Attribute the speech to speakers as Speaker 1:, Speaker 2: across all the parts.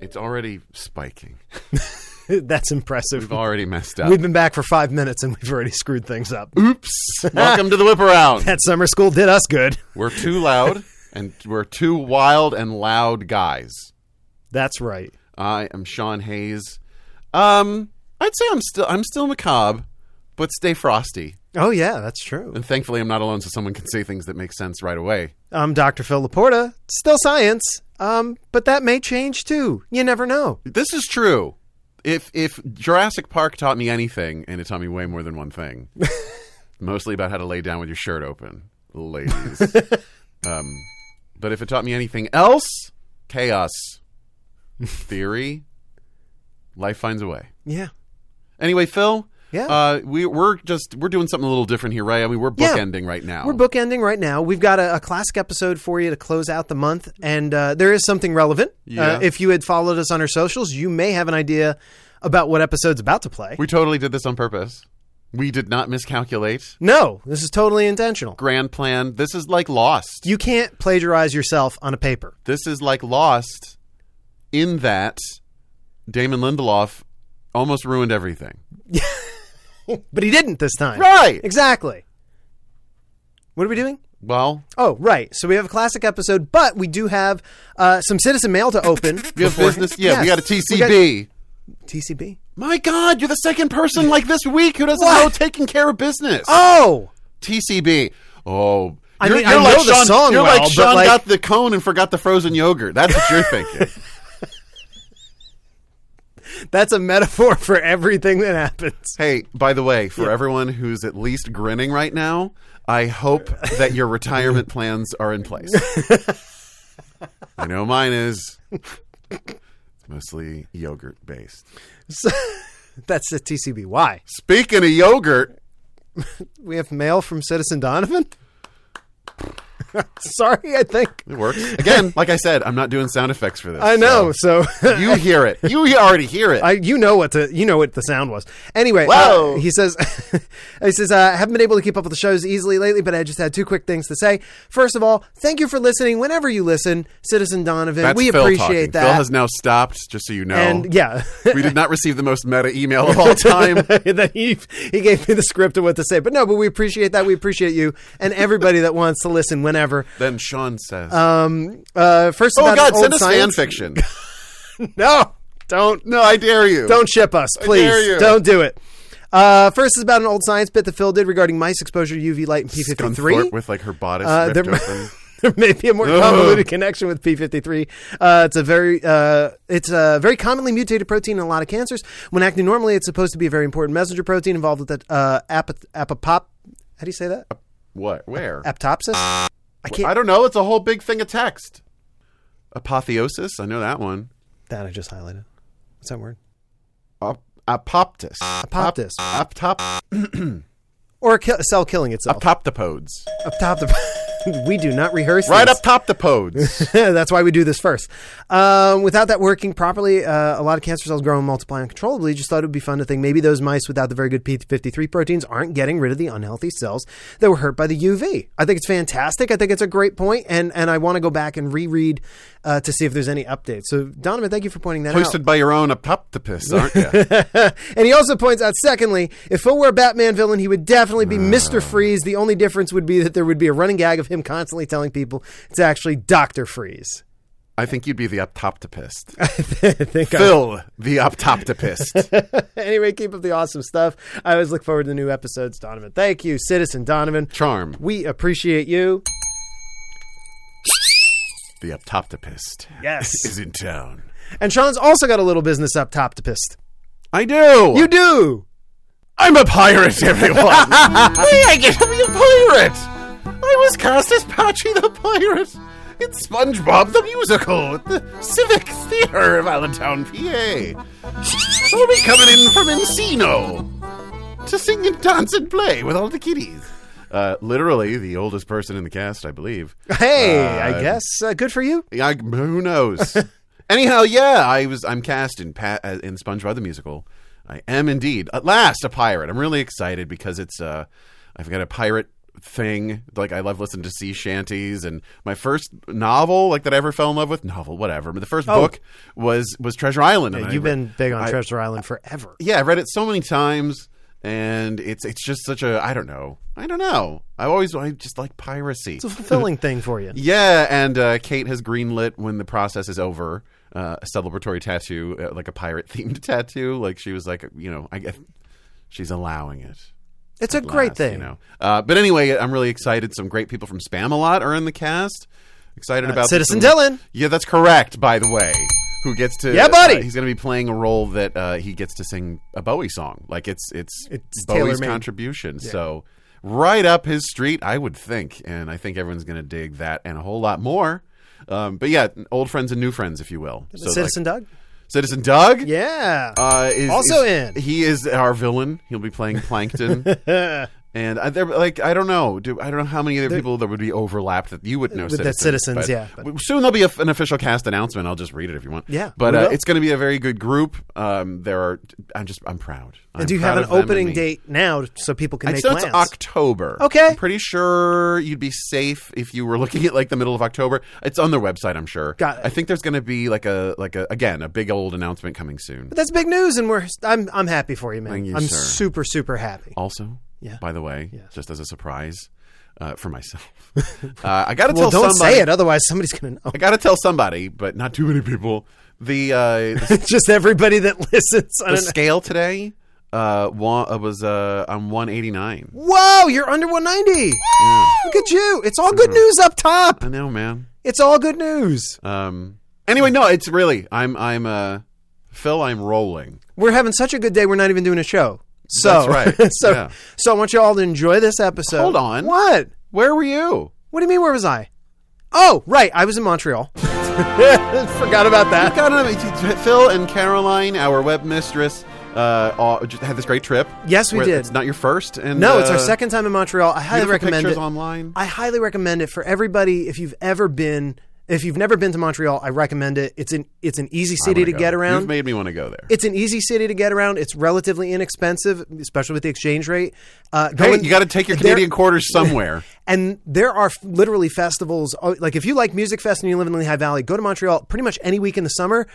Speaker 1: It's already spiking.
Speaker 2: That's impressive.
Speaker 1: We've already messed up.
Speaker 2: We've been back for five minutes and we've already screwed things up.
Speaker 1: Oops. Welcome to the whip around.
Speaker 2: That summer school did us good.
Speaker 1: We're too loud and we're two wild and loud guys.
Speaker 2: That's right.
Speaker 1: I am Sean Hayes. Um, I'd say I'm still I'm still macabre, but stay frosty.
Speaker 2: Oh, yeah, that's true.
Speaker 1: And thankfully, I'm not alone, so someone can say things that make sense right away.
Speaker 2: I'm Dr. Phil Laporta. Still science, um, but that may change too. You never know.
Speaker 1: This is true. If if Jurassic Park taught me anything, and it taught me way more than one thing, mostly about how to lay down with your shirt open, ladies. um, but if it taught me anything else, chaos, theory, life finds a way.
Speaker 2: Yeah.
Speaker 1: Anyway, Phil.
Speaker 2: Yeah.
Speaker 1: Uh, we we're just we're doing something a little different here, right? I mean, we're
Speaker 2: Yeah.
Speaker 1: bookending right now.
Speaker 2: We're bookending right now. We've got a, a classic episode for you to close out the month, and uh, there is something relevant.
Speaker 1: Yeah.
Speaker 2: Uh, if you had followed us on our socials, you may have an idea about what episode's about to play.
Speaker 1: we totally did this on purpose. We did not miscalculate.
Speaker 2: no, this is totally intentional.
Speaker 1: Grand plan. This is like Lost.
Speaker 2: You can't plagiarize yourself on a paper.
Speaker 1: this is like Lost in that Damon Lindelof almost ruined everything.
Speaker 2: But he didn't this time.
Speaker 1: Right.
Speaker 2: Exactly. What are we doing?
Speaker 1: Well,
Speaker 2: Oh, right. So we have a classic episode, but we do have uh, some citizen mail to open.
Speaker 1: we have business. Yeah, we got a TCB.
Speaker 2: TCB.
Speaker 1: My God, you're the second person like this week who doesn't
Speaker 2: What?
Speaker 1: know taking care of business.
Speaker 2: Oh,
Speaker 1: TCB. Oh.
Speaker 2: I
Speaker 1: you're,
Speaker 2: mean, I
Speaker 1: you're like
Speaker 2: know the
Speaker 1: Sean,
Speaker 2: song
Speaker 1: You're
Speaker 2: well,
Speaker 1: like
Speaker 2: but
Speaker 1: Sean
Speaker 2: like-
Speaker 1: got the cone and forgot the frozen yogurt. That's what you're thinking.
Speaker 2: that's a metaphor for everything that happens.
Speaker 1: Hey, by the way, for everyone who's at least grinning right now, I hope that your retirement plans are in place. I know mine is. It's mostly yogurt based.
Speaker 2: That's the TCB. Why?
Speaker 1: Speaking of yogurt,
Speaker 2: We have mail from Citizen Donovan. Sorry, I think
Speaker 1: it works. Again, like I said, I'm not doing sound effects for this.
Speaker 2: I know. So,
Speaker 1: so you hear it. You already hear it.
Speaker 2: I you know what the you know what the sound was. Anyway, uh,
Speaker 1: Whoa.
Speaker 2: he says he says I haven't been able to keep up with the shows easily lately, but I just had two quick things to say. First of all, thank you for listening. Whenever you listen, Citizen Donovan,
Speaker 1: That's
Speaker 2: we
Speaker 1: Phil
Speaker 2: appreciate
Speaker 1: talking.
Speaker 2: that.
Speaker 1: Phil has now stopped, just so you know.
Speaker 2: and yeah,
Speaker 1: we did not receive the most meta email of all time.
Speaker 2: And then he he gave me the script of what to say. But no, but we appreciate that. We appreciate you and everybody that wants to listen whenever.
Speaker 1: then Sean says,
Speaker 2: Um, uh, first,
Speaker 1: Oh,
Speaker 2: about
Speaker 1: God,
Speaker 2: old
Speaker 1: send us fan
Speaker 2: science.
Speaker 1: fiction.
Speaker 2: No, don't
Speaker 1: No, I dare you.
Speaker 2: don't ship us,
Speaker 1: dare
Speaker 2: please.
Speaker 1: you.
Speaker 2: Don't do it. Uh, first is about an old science bit that Phil did regarding mice exposure to UV light and
Speaker 1: Gunthorpe
Speaker 2: P53.
Speaker 1: with like her bodice
Speaker 2: Uh,
Speaker 1: ripped
Speaker 2: there-
Speaker 1: open.
Speaker 2: there may be a more convoluted connection with p53 uh, it's a very uh, it's a very commonly mutated protein in a lot of cancers when acting normally it's supposed to be a very important messenger protein involved with that uh, apop- apopop how do you say that
Speaker 1: What? Where?
Speaker 2: apoptosis i can't
Speaker 1: I don't know. It's a whole big thing of text. Apotheosis. I know that one.
Speaker 2: that i just highlighted what's that word
Speaker 1: Op- apoptis.
Speaker 2: apoptis
Speaker 1: Op- Optop.
Speaker 2: or a ki- a cell killing
Speaker 1: Uh,
Speaker 2: itself
Speaker 1: Optoptodes.
Speaker 2: up top the we do not rehearse
Speaker 1: Right
Speaker 2: these.
Speaker 1: up top the podes.
Speaker 2: That's why we do this first. Um, without that working properly, uh, a lot of cancer cells grow and multiply uncontrollably. Just thought it would be fun to think maybe those mice without the very good P53 proteins aren't getting rid of the unhealthy cells that were hurt by the UV. I think it's fantastic. I think it's a great point, and and I want to go back and reread uh, to see if there's any updates. So Donovan, thank you for pointing that out.
Speaker 1: Hosted by your own apoptopus, aren't you?
Speaker 2: And he also points out, secondly, if Phil were a Batman villain, he would definitely be Mr. Freeze. The only difference would be that there would be a running gag of him constantly telling people it's actually Doctor Freeze.
Speaker 1: I think you'd be the optoptopist.
Speaker 2: I think I-
Speaker 1: Phil, the optoptopist.
Speaker 2: anyway, keep up the awesome stuff. I always look forward to new episodes, Donovan. Thank you, Citizen Donovan.
Speaker 1: Charm,
Speaker 2: We appreciate you.
Speaker 1: the optoptopist,
Speaker 2: Yes.
Speaker 1: is in town.
Speaker 2: And Sean's also got a little business up top to pist.
Speaker 1: I do.
Speaker 2: You do.
Speaker 1: I'm a pirate, everyone. May I get to be a pirate? I was cast as Patchy the Pirate in SpongeBob the Musical at the Civic Theater of Allentown, PA. I'll be coming in from Encino to sing and dance and play with all the kiddies. Uh, literally the oldest person in the cast, I believe.
Speaker 2: Hey,
Speaker 1: Uh,
Speaker 2: I guess uh, good for you.
Speaker 1: I, who knows? Anyhow, yeah, I was. I'm cast in pa- uh, in SpongeBob the musical. I am indeed at last a pirate. I'm really excited because it's. Uh, I've got a pirate thing. Like I love listening to sea shanties, and my first novel, like that I ever fell in love with, novel, whatever. But the first book was was Treasure Island. and I
Speaker 2: Oh. You've
Speaker 1: re-
Speaker 2: been big on
Speaker 1: I-
Speaker 2: Treasure Island forever.
Speaker 1: yeah, I've read it so many times, and it's it's just such a I don't know, I don't know. I always I just like piracy.
Speaker 2: It's a fulfilling thing for you.
Speaker 1: Yeah, and uh, Kate has greenlit when the process is over uh, a celebratory tattoo, uh, like a pirate themed tattoo. Like she was like, you know, I guess she's allowing it.
Speaker 2: It's a great
Speaker 1: last,
Speaker 2: thing.
Speaker 1: you know. Uh, but anyway, I'm really excited. Some great people from Spam a lot are in the cast. Excited about
Speaker 2: Citizen
Speaker 1: some-
Speaker 2: Dylan.
Speaker 1: Yeah, that's correct. By the way, who gets to?
Speaker 2: Yeah, buddy!
Speaker 1: uh, he's going to be playing a role that uh, he gets to sing a Bowie song. Like it's it's,
Speaker 2: It's
Speaker 1: Bowie's
Speaker 2: tailor-made.
Speaker 1: contribution. So right up his street, I would think, and I think everyone's going to dig that and a whole lot more. Um, but yeah, old friends and new friends, if you will. So like,
Speaker 2: Citizen Doug.
Speaker 1: Citizen Doug.
Speaker 2: Yeah.
Speaker 1: Uh, is,
Speaker 2: Also
Speaker 1: is-
Speaker 2: in.
Speaker 1: He is our villain. He'll be playing Plankton. and I, there, like I don't know, do, I don't know how many other people that would be overlapped that you would know.
Speaker 2: With the citizens,
Speaker 1: but
Speaker 2: yeah, but-
Speaker 1: w- soon there'll be a, an official cast announcement. I'll just read it if you want.
Speaker 2: Yeah,
Speaker 1: but
Speaker 2: we
Speaker 1: uh,
Speaker 2: will.
Speaker 1: it's going to be a very good group. Um, there are. I'm just. I'm proud. I'm
Speaker 2: and do you have
Speaker 1: proud
Speaker 2: an
Speaker 1: of them and
Speaker 2: opening
Speaker 1: me.
Speaker 2: date now so people can
Speaker 1: I
Speaker 2: make
Speaker 1: so it's
Speaker 2: plans?
Speaker 1: October.
Speaker 2: Okay.
Speaker 1: I'm pretty sure you'd be safe if you were looking at like the middle of October. It's on their website, I'm sure.
Speaker 2: Got it.
Speaker 1: I think there's going to be like a like a again a big old announcement coming soon.
Speaker 2: But that's big news, and we're I'm I'm happy for you, man.
Speaker 1: Thank you,
Speaker 2: I'm
Speaker 1: sir. Oh,
Speaker 2: super super happy.
Speaker 1: Also,
Speaker 2: Yeah.
Speaker 1: By the way, just as a surprise uh, for myself, uh, I gotta
Speaker 2: Well,
Speaker 1: tell
Speaker 2: don't
Speaker 1: somebody.
Speaker 2: say it, otherwise somebody's gonna know.
Speaker 1: I gotta tell somebody, but not too many people. The uh, the,
Speaker 2: Just everybody that listens. I
Speaker 1: the
Speaker 2: don't know.
Speaker 1: scale today uh, wa- uh, was uh, on one eighty nine.
Speaker 2: Whoa, you're under 190. Look at you. It's all good news up top.
Speaker 1: I know, man.
Speaker 2: It's all good news.
Speaker 1: Um, anyway, no, it's really I'm I'm uh, Phil. I'm rolling.
Speaker 2: We're having such a good day. We're not even doing a show. So
Speaker 1: That's right.
Speaker 2: so
Speaker 1: Yeah.
Speaker 2: so I want you all to enjoy this episode.
Speaker 1: Hold on.
Speaker 2: What?
Speaker 1: Where were you?
Speaker 2: What do you mean? Where was I? Oh, right. I was in Montreal. Uh, Forgot about that.
Speaker 1: God, I mean, Phil and Caroline, our web mistress, uh, all, just had this great trip.
Speaker 2: Yes, we
Speaker 1: Where-
Speaker 2: did.
Speaker 1: It's not your first, and
Speaker 2: No, it's
Speaker 1: uh,
Speaker 2: our second time in Montreal. I highly
Speaker 1: beautiful
Speaker 2: recommend
Speaker 1: pictures
Speaker 2: it.
Speaker 1: online.
Speaker 2: I highly recommend it for everybody. If you've ever been, if you've never been to Montreal, I recommend it. It's an it's an easy city
Speaker 1: wanna
Speaker 2: to
Speaker 1: go.
Speaker 2: get around.
Speaker 1: You've made me want to go there.
Speaker 2: it's an easy city to get around. It's relatively inexpensive, especially with the exchange rate. Uh,
Speaker 1: hey,
Speaker 2: going-
Speaker 1: you got to take your
Speaker 2: there-
Speaker 1: Canadian quarters somewhere.
Speaker 2: And there are f- literally festivals. oh, Like if you like Music Fest and you live in the Lehigh Valley, go to Montreal. Pretty much any week in the summer,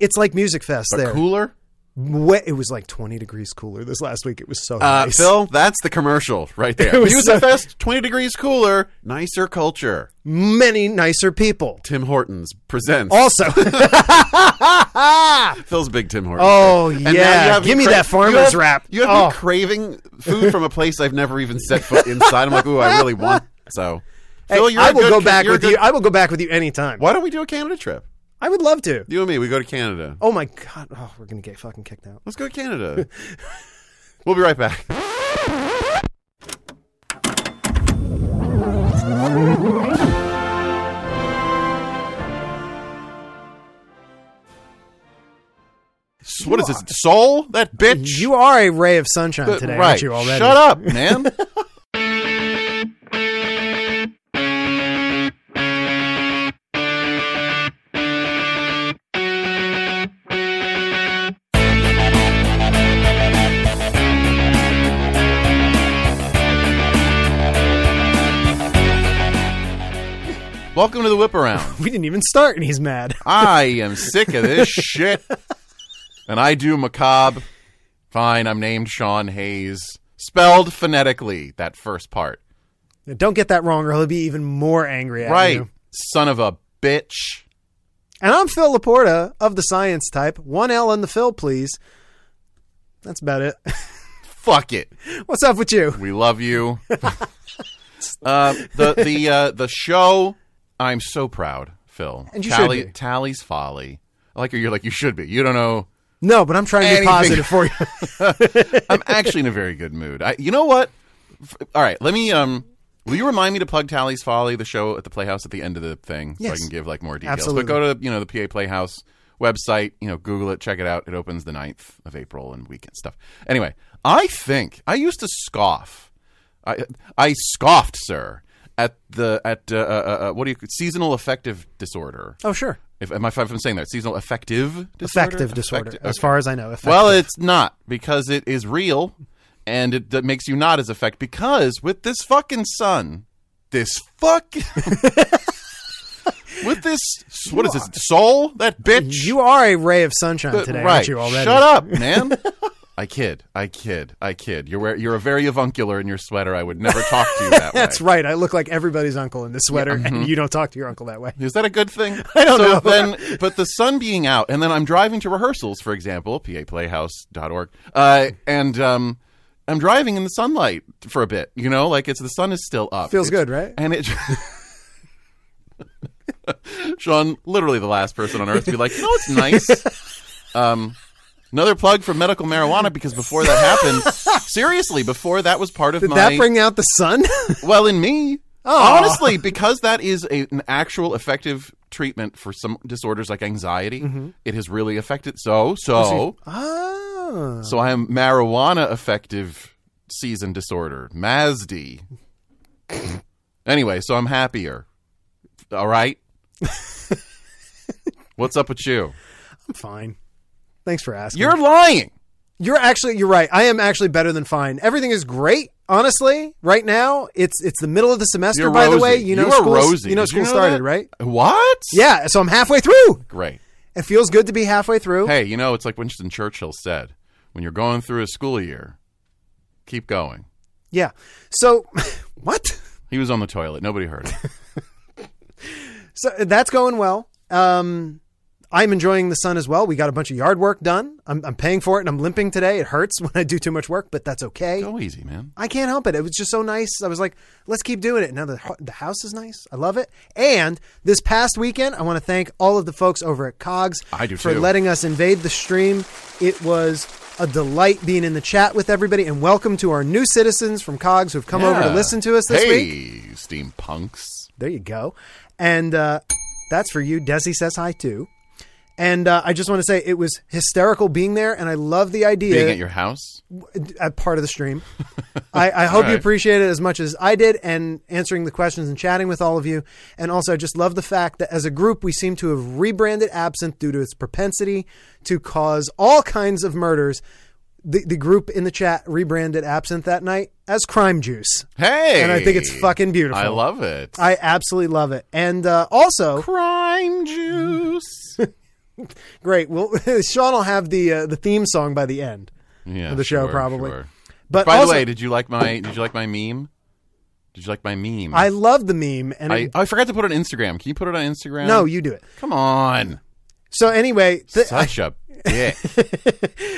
Speaker 2: it's like Music Fest there.
Speaker 1: Cooler,
Speaker 2: Wa- it was like twenty degrees cooler this last week. It was so
Speaker 1: uh,
Speaker 2: nice.
Speaker 1: Phil. That's the commercial right there.
Speaker 2: It was
Speaker 1: Music
Speaker 2: so-
Speaker 1: Fest, twenty degrees cooler, nicer culture.
Speaker 2: Many nicer people.
Speaker 1: Tim Hortons presents.
Speaker 2: Also,
Speaker 1: Phil's big Tim Hortons.
Speaker 2: oh
Speaker 1: fan. And now you
Speaker 2: yeah,
Speaker 1: have
Speaker 2: give me
Speaker 1: cra-
Speaker 2: that
Speaker 1: you
Speaker 2: farmer's
Speaker 1: have-
Speaker 2: wrap.
Speaker 1: You have
Speaker 2: oh.
Speaker 1: me craving food from a place I've never even set foot inside. I'm like, ooh, I really want. So, Phil, you're
Speaker 2: I
Speaker 1: a
Speaker 2: will
Speaker 1: good
Speaker 2: go
Speaker 1: ca-
Speaker 2: back
Speaker 1: you're a
Speaker 2: with
Speaker 1: good-
Speaker 2: you. I will go back with you anytime.
Speaker 1: Why don't we do a Canada trip?
Speaker 2: I would love to.
Speaker 1: You and me, we go to Canada.
Speaker 2: Oh my god! Oh, we're gonna get fucking kicked out.
Speaker 1: Let's go to Canada. we'll be right back. S- What is this? Soul? That bitch?
Speaker 2: You are a ray of sunshine today,
Speaker 1: right.
Speaker 2: aren't you already?
Speaker 1: Shut up, man. Welcome to the whip around.
Speaker 2: We didn't even start, and he's mad.
Speaker 1: I am sick of this shit.
Speaker 3: and I do macabre. Fine, I'm named Sean Hayes. Spelled phonetically, that first part.
Speaker 2: Don't get that wrong, or he'll be even more angry at
Speaker 3: right.
Speaker 2: you.
Speaker 3: Son of a bitch.
Speaker 2: And I'm Phil Laporta of the Science Type. One L on the Phil, please. That's about it.
Speaker 3: Fuck it.
Speaker 2: What's up with you?
Speaker 3: We love you. uh, the the uh, the show. I'm so proud, Phil.
Speaker 2: And you should
Speaker 3: Tally,
Speaker 2: be.
Speaker 3: Tally's folly. I like how you're like you should be. You don't know.
Speaker 2: No, but I'm trying to be
Speaker 3: Anything.
Speaker 2: positive for you.
Speaker 3: I'm actually in a very good mood. I, you know what? F- all right, let me. Um, will you remind me to plug Tally's Folly, the show at the Playhouse, at the end of the thing, so I
Speaker 2: Yes.
Speaker 3: can give like more details.
Speaker 2: Absolutely.
Speaker 3: But go to you know the PA Playhouse website. You know, Google it, check it out. It opens the 9th of April and weekend stuff. Anyway, I think I used to scoff. I I scoffed, sir, at the at uh, uh, uh, what do you seasonal affective disorder.
Speaker 2: oh, sure.
Speaker 3: If, am I, if I'm saying that seasonal affective disorder?
Speaker 2: Affective disorder,
Speaker 3: Affecti-
Speaker 2: as far as I know. Effect-
Speaker 3: well, it's not because it is real
Speaker 1: and it that makes you not as effect because with this fucking sun, this fuck, with this what is this soul that bitch
Speaker 2: You are a ray of sunshine
Speaker 1: But-
Speaker 2: today,
Speaker 1: right?
Speaker 2: aren't you already?
Speaker 1: Shut up, man. I kid, I kid, I kid. You're wear- you're a very avuncular in your sweater. I would never talk to you that way.
Speaker 2: That's right. I look like everybody's uncle in this sweater,
Speaker 1: mm-hmm.
Speaker 2: and you don't talk to your uncle that way.
Speaker 1: Is that a good thing?
Speaker 2: I don't
Speaker 1: so
Speaker 2: know.
Speaker 1: Then, but the sun being out, and then I'm driving to rehearsals, for example, paplayhouse.org, uh, and um, I'm driving in the sunlight for a bit. You know, like it's the sun is still up.
Speaker 2: Feels
Speaker 1: It's-
Speaker 2: good, right?
Speaker 1: And it. Sean, literally the last person on earth to be like, no, it's nice. um, another plug for medical marijuana because before that happened, seriously, before that was part of
Speaker 2: Did
Speaker 1: my
Speaker 2: that bring out the sun?
Speaker 1: well, in me,
Speaker 2: Aw.
Speaker 1: honestly, because that is a, an actual effective treatment for some disorders like anxiety, it has really affected. So, so,
Speaker 2: oh.
Speaker 1: so I am marijuana effective season disorder, MASD. anyway, so I'm happier. All right. What's up with you?
Speaker 2: I'm fine. Thanks for asking.
Speaker 1: You're lying.
Speaker 2: You're actually you're right. I am actually better than fine. Everything is great, honestly. Right now, it's it's the middle of the semester.
Speaker 1: You're
Speaker 2: by the
Speaker 1: rosy.
Speaker 2: way, you know
Speaker 1: are
Speaker 2: school's-
Speaker 1: rosy.
Speaker 2: You know
Speaker 1: Did
Speaker 2: school
Speaker 1: know
Speaker 2: started,
Speaker 1: that?
Speaker 2: right?
Speaker 1: What?
Speaker 2: Yeah. So I'm halfway through.
Speaker 1: Great.
Speaker 2: It feels good to be halfway through.
Speaker 1: hey, you know, it's like Winston Churchill said when you're going through a school year, keep going.
Speaker 2: Yeah. So what?
Speaker 1: He was on the toilet. Nobody heard him.
Speaker 2: So that's going well. Um, I'm enjoying the sun as well. We got a bunch of yard work done. I'm, I'm paying for it, and I'm limping today. It hurts when I do too much work, but that's okay.
Speaker 1: Go easy, man.
Speaker 2: I can't help it. It was just so nice. I was like, let's keep doing it. Now the the house is nice. I love it. And this past weekend, I want to thank all of the folks over at Cogs
Speaker 1: I do
Speaker 2: for
Speaker 1: too.
Speaker 2: letting us invade the stream. It was a delight being in the chat with everybody, and welcome to our new citizens from Cogs who've come over to
Speaker 1: Yeah.
Speaker 2: listen to us this week.
Speaker 1: hey, steampunks.
Speaker 2: There you go. And uh, that's for you. Desi says hi too. And uh, I just want to say it was hysterical being there, and I love the idea
Speaker 1: Being at your house.
Speaker 2: a part of the stream. I, I hope you
Speaker 1: right.
Speaker 2: appreciate it as much as I did and answering the questions and chatting with all of you. And also, I just love the fact that as a group, we seem to have rebranded Absinthe due to its propensity to cause all kinds of murders. The, the group in the chat rebranded Absinthe that night as Crime Juice.
Speaker 1: Hey.
Speaker 2: And I think it's fucking beautiful.
Speaker 1: I love it.
Speaker 2: I absolutely love it. And uh, also,
Speaker 1: Crime juice.
Speaker 2: great. Well, Sean will have the uh, the theme song by the end.
Speaker 1: yeah.
Speaker 2: Of the show,
Speaker 1: sure,
Speaker 2: probably.
Speaker 1: sure.
Speaker 2: But
Speaker 1: By
Speaker 2: also,
Speaker 1: the way, did you like my did you like my meme? Did you like my meme?
Speaker 2: I love the meme. And
Speaker 1: I, oh,
Speaker 2: it-
Speaker 1: I forgot to put it on Instagram. Can you put it on Instagram?
Speaker 2: no, you do it.
Speaker 1: Come on.
Speaker 2: So anyway, th-
Speaker 1: Such a dick.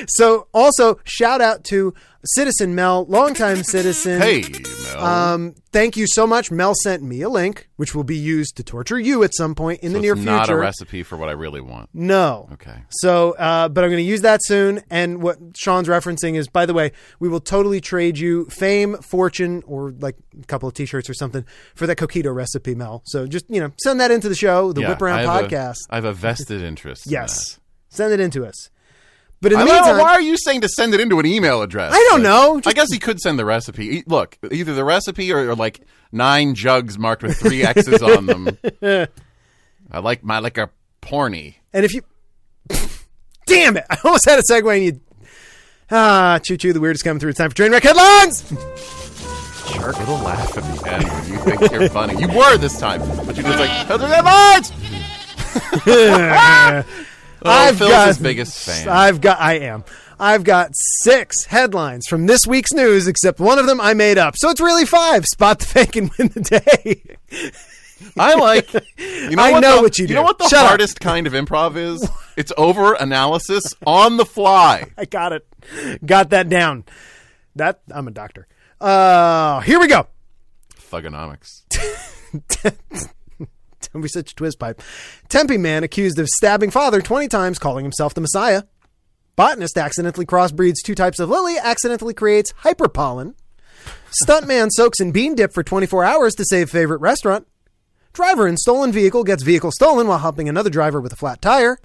Speaker 2: so also shout out to Citizen Mel, longtime citizen.
Speaker 1: hey, Mel.
Speaker 2: Um, thank you so much. Mel sent me a link, which will be used to torture you at some point in the
Speaker 1: So
Speaker 2: near
Speaker 1: it's not
Speaker 2: future.
Speaker 1: a recipe for what I really want.
Speaker 2: No.
Speaker 1: Okay.
Speaker 2: So, uh, but I'm going to use that soon. And what Sean's referencing is, by the way, we will totally trade you fame, fortune, or like a couple of t-shirts or something for that coquito recipe, Mel. So just you know, send that into the show, the
Speaker 1: Yeah,
Speaker 2: Whip Around
Speaker 1: I have a-
Speaker 2: podcast.
Speaker 1: I have a vested interest. in
Speaker 2: yes, send it into us. But in
Speaker 1: I
Speaker 2: the
Speaker 1: don't know,
Speaker 2: meantime,
Speaker 1: why are you saying to send it into an email address?
Speaker 2: I don't
Speaker 1: But
Speaker 2: know.
Speaker 1: I
Speaker 2: Just-
Speaker 1: guess he could send the recipe. E- Look, either the recipe or, or like nine jugs marked with three X's on them. I like my liquor porny.
Speaker 2: and if you, damn it, I almost had a segue and you. Ah, choo choo, the weirdest coming through. It's time for Trainwreck Headlines!
Speaker 1: Jerk. It'll laugh at the end when you think you're funny. You were this time, but you just like, "How's it going, Oh, Phil's his biggest fan.
Speaker 2: I've got. I am. I've got six headlines from this week's news, except one of them I made up. So it's really five. Spot the fake and win the day.
Speaker 1: I like. You know
Speaker 2: I
Speaker 1: what
Speaker 2: know
Speaker 1: the,
Speaker 2: what you do.
Speaker 1: know what the
Speaker 2: Shut up.
Speaker 1: hardest kind of improv is? It's over analysis on the fly.
Speaker 2: I got it. Got that down. That I'm a doctor. Uh, here we go.
Speaker 1: Thugonomics.
Speaker 2: Don't be such a twist pipe. Tempe man accused of stabbing father 20 times, calling himself the Messiah. Botanist accidentally crossbreeds two types of lily, accidentally creates hyperpollen. Stuntman soaks in bean dip for 24 hours to save favorite restaurant. Driver in stolen vehicle gets vehicle stolen while helping another driver with a flat tire.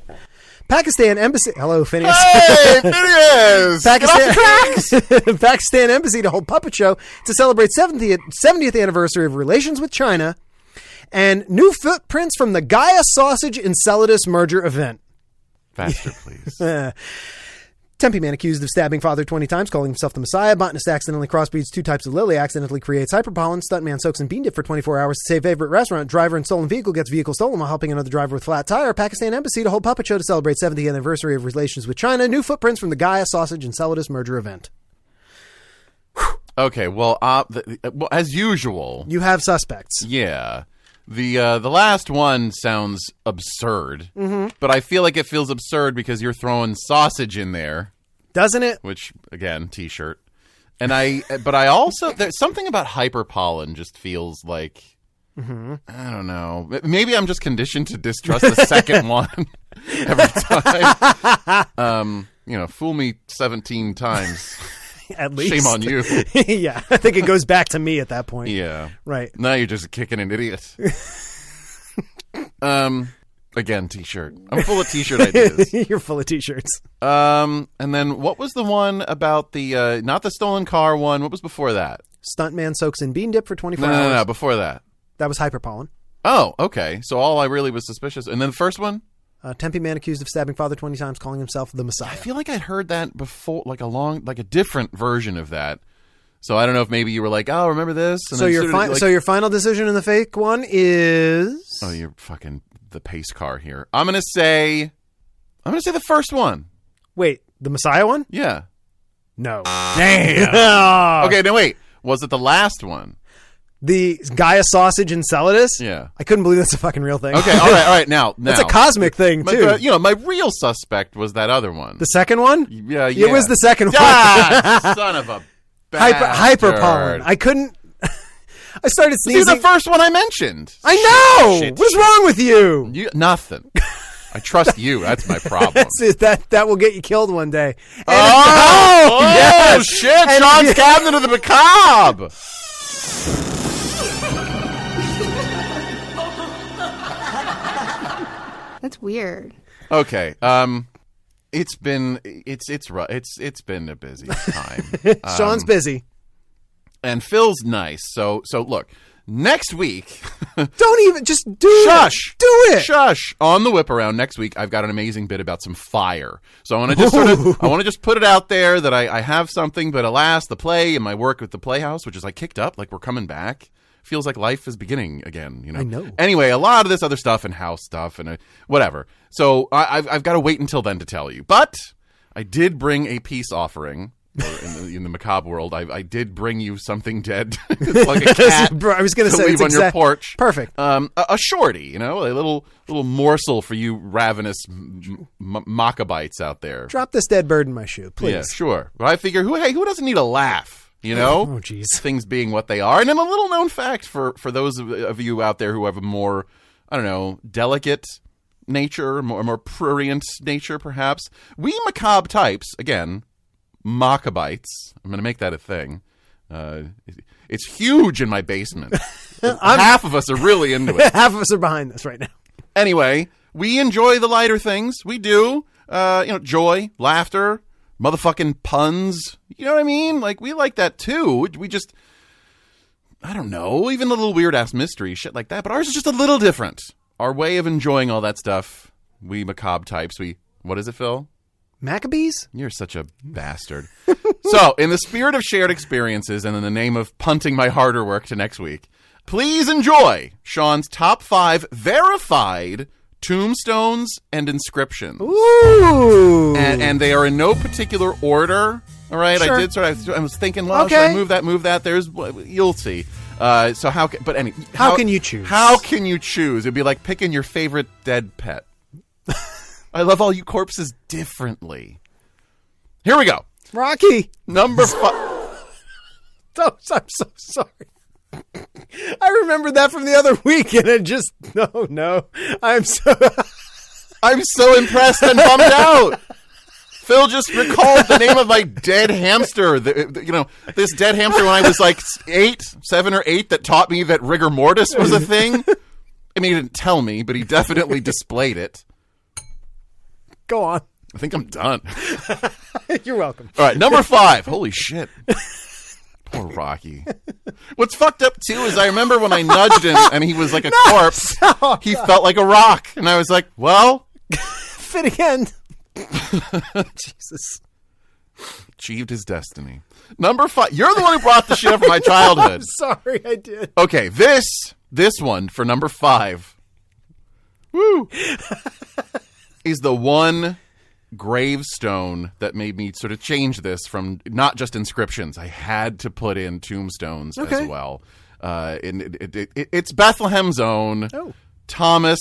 Speaker 2: Pakistan embassy. Hello, Phineas.
Speaker 1: Hey, videos.
Speaker 2: Pakistan, Pakistan embassy to hold puppet show to celebrate 70th, 70th anniversary of relations with China, and new footprints from the Gaia sausage enceladus merger event.
Speaker 1: Faster, please.
Speaker 2: Uh, Tempe man accused of stabbing father 20 times, calling himself the Messiah. Botanist accidentally crossbreeds two types of lily, accidentally creates hyperpollen. Stuntman soaks in bean dip for 24 hours to save favorite restaurant. Driver in stolen vehicle gets vehicle stolen while helping another driver with flat tire. Pakistan embassy to hold puppet show to celebrate 70th anniversary of relations with China. New footprints from the Gaia sausage and Enceladus merger event.
Speaker 1: Okay, well, uh, the, uh, well, as usual,
Speaker 2: You have suspects.
Speaker 1: yeah. The uh, the last one sounds absurd, but I feel like it feels absurd because you're throwing sausage in there,
Speaker 2: Doesn't it?
Speaker 1: which again, t-shirt. And I, but I also there's something about hyperpollen just feels like I don't know. M- Maybe I'm just conditioned to distrust the second one every time. um, you know, fool me 17 times.
Speaker 2: At least.
Speaker 1: Shame on you.
Speaker 2: yeah. I think it goes back to me at that point.
Speaker 1: Yeah.
Speaker 2: Right.
Speaker 1: Now you're just kicking an idiot. um, again, t-shirt. I'm full of t-shirt ideas.
Speaker 2: You're full of t shirts.
Speaker 1: Um, and then what was the one about the uh, not the stolen car one? What was before that?
Speaker 2: Stuntman soaks in bean dip for 24
Speaker 1: No, no,
Speaker 2: hours.
Speaker 1: no, no, before that.
Speaker 2: That was hyperpollen.
Speaker 1: Oh, okay. So all I really was suspicious. And then the first one,
Speaker 2: Uh, Tempe man accused of stabbing father 20 times, calling himself the Messiah.
Speaker 1: I feel like I'd heard that before, like a long, like a different version of that. So I don't know if maybe you were like, oh, remember this? And
Speaker 2: So
Speaker 1: then
Speaker 2: your
Speaker 1: sort of
Speaker 2: fi-
Speaker 1: like-
Speaker 2: so your final decision in the fake one is
Speaker 1: oh, you're fucking the pace car here. I'm gonna say, I'm gonna say the first one.
Speaker 2: wait the Messiah one?
Speaker 1: Yeah.
Speaker 2: No,
Speaker 1: Damn.
Speaker 2: Ah,
Speaker 1: okay, no wait. Was it the last one?
Speaker 2: the Gaia sausage Enceladus.
Speaker 1: Yeah.
Speaker 2: I couldn't believe that's a fucking real thing.
Speaker 1: Okay, all right, all right. Now, now.
Speaker 2: that's a cosmic thing
Speaker 1: My-
Speaker 2: too.
Speaker 1: uh, you know, my real suspect was that other one.
Speaker 2: the second one?
Speaker 1: yeah, yeah.
Speaker 2: It was the second one.
Speaker 1: Ah, son of a
Speaker 2: Hyper
Speaker 1: bastard.
Speaker 2: hyperpollen. I couldn't. I started
Speaker 1: You're the
Speaker 2: sneezing.
Speaker 1: first one I mentioned.
Speaker 2: I know.
Speaker 1: Shit,
Speaker 2: What's wrong with you?
Speaker 1: You, nothing. I trust you. That's my problem.
Speaker 2: That's it. That that will get you killed one day. And
Speaker 1: Oh, oh,
Speaker 2: yes.
Speaker 1: shit!
Speaker 2: And
Speaker 1: Sean's
Speaker 2: you-
Speaker 1: cabinet of the macabre.
Speaker 4: That's weird.
Speaker 1: Okay. Um, it's been it's it's ru- it's it's been a busy time. Um,
Speaker 2: Sean's busy.
Speaker 1: and Phil's nice. So so look, next week,
Speaker 2: Don't even just do
Speaker 1: shush,
Speaker 2: it. Do it.
Speaker 1: shush. On the whip around next week, I've got an amazing bit about some fire. So I want to just sort of, I want to just put it out there that I, I have something, but alas, the play and my work with the Playhouse, which is like kicked up, like we're coming back. Feels like life is beginning again, you know. I
Speaker 2: know.
Speaker 1: Anyway, a lot of this other stuff and house stuff and uh, whatever. So I, I've, I've got to wait until then to tell you. But I did bring a peace offering. Or in, the, in the macabre world, I, I did bring you something dead. it's like a cat.
Speaker 2: Bro, I was gonna
Speaker 1: to
Speaker 2: say,
Speaker 1: leave
Speaker 2: it's
Speaker 1: on your
Speaker 2: exact-
Speaker 1: porch.
Speaker 2: Perfect.
Speaker 1: Um, a, a shorty, you know, a little little morsel for you ravenous m- m- macabites out there.
Speaker 2: Drop this dead bird in my shoe, please.
Speaker 1: Yeah, sure. But I figure who hey, who doesn't need a laugh, you know?
Speaker 2: Oh, jeez.
Speaker 1: Things being what they are. And then a little known fact for for those of, of you out there who have a more I don't know, delicate nature, more more prurient nature perhaps. We macabre types, again, macabites. I'm going to make that a thing. Uh, it- it's huge in my basement. Half of us are really into it
Speaker 2: Half of us are behind this right now.
Speaker 1: anyway, we enjoy the lighter things. We do. Uh, you know, joy, laughter, motherfucking puns. You know what I mean? Like we like that too. We just I don't know, even a little weird ass mystery shit like that, but ours is just a little different. Our way of enjoying all that stuff. We macabre types, we what is it, Phil?
Speaker 2: Maccabees?
Speaker 1: You're such a bastard. so, in the spirit of shared experiences and in the name of punting my harder work to next week, please enjoy Sean's top five verified tombstones and inscriptions.
Speaker 2: Ooh.
Speaker 1: And, and they are in no particular order. All right,
Speaker 2: Sure.
Speaker 1: I did sort of. I was thinking, well, should
Speaker 2: Okay.
Speaker 1: I move that? Move that. There's, you'll see. Uh, so how? Can, but any,
Speaker 2: How can you choose?
Speaker 1: How can you choose? It'd be like picking your favorite dead pet. I love all you corpses differently. Here we go.
Speaker 2: Rocky.
Speaker 1: Number five.
Speaker 2: Oh, I'm so sorry. I remembered that from the other week, and it just no, no. I'm so
Speaker 1: I'm so impressed and bummed out. Phil just recalled the name of my dead hamster. The- uh, the- you know, this dead hamster when I was like eight, seven or eight, that taught me that rigor mortis was a thing. I mean, he didn't tell me, but he definitely displayed it.
Speaker 2: go on.
Speaker 1: I think I'm done.
Speaker 2: You're welcome.
Speaker 1: All right, number five. Holy shit. Poor Rocky. What's fucked up too is I remember when I nudged him and he was like a corpse. He felt like a rock, and I was like, "Well,
Speaker 2: Fit again. Jesus.
Speaker 1: Achieved his destiny. Number five. You're the one who brought the shit up from my childhood.
Speaker 2: I'm sorry, I did.
Speaker 1: Okay, this this one for number five. Woo. is the one gravestone that made me sort of change this from not just inscriptions. I had to put in tombstones
Speaker 2: Okay.
Speaker 1: as well. Uh, and it, it, it, it's Bethlehem's own
Speaker 2: Oh.
Speaker 1: Thomas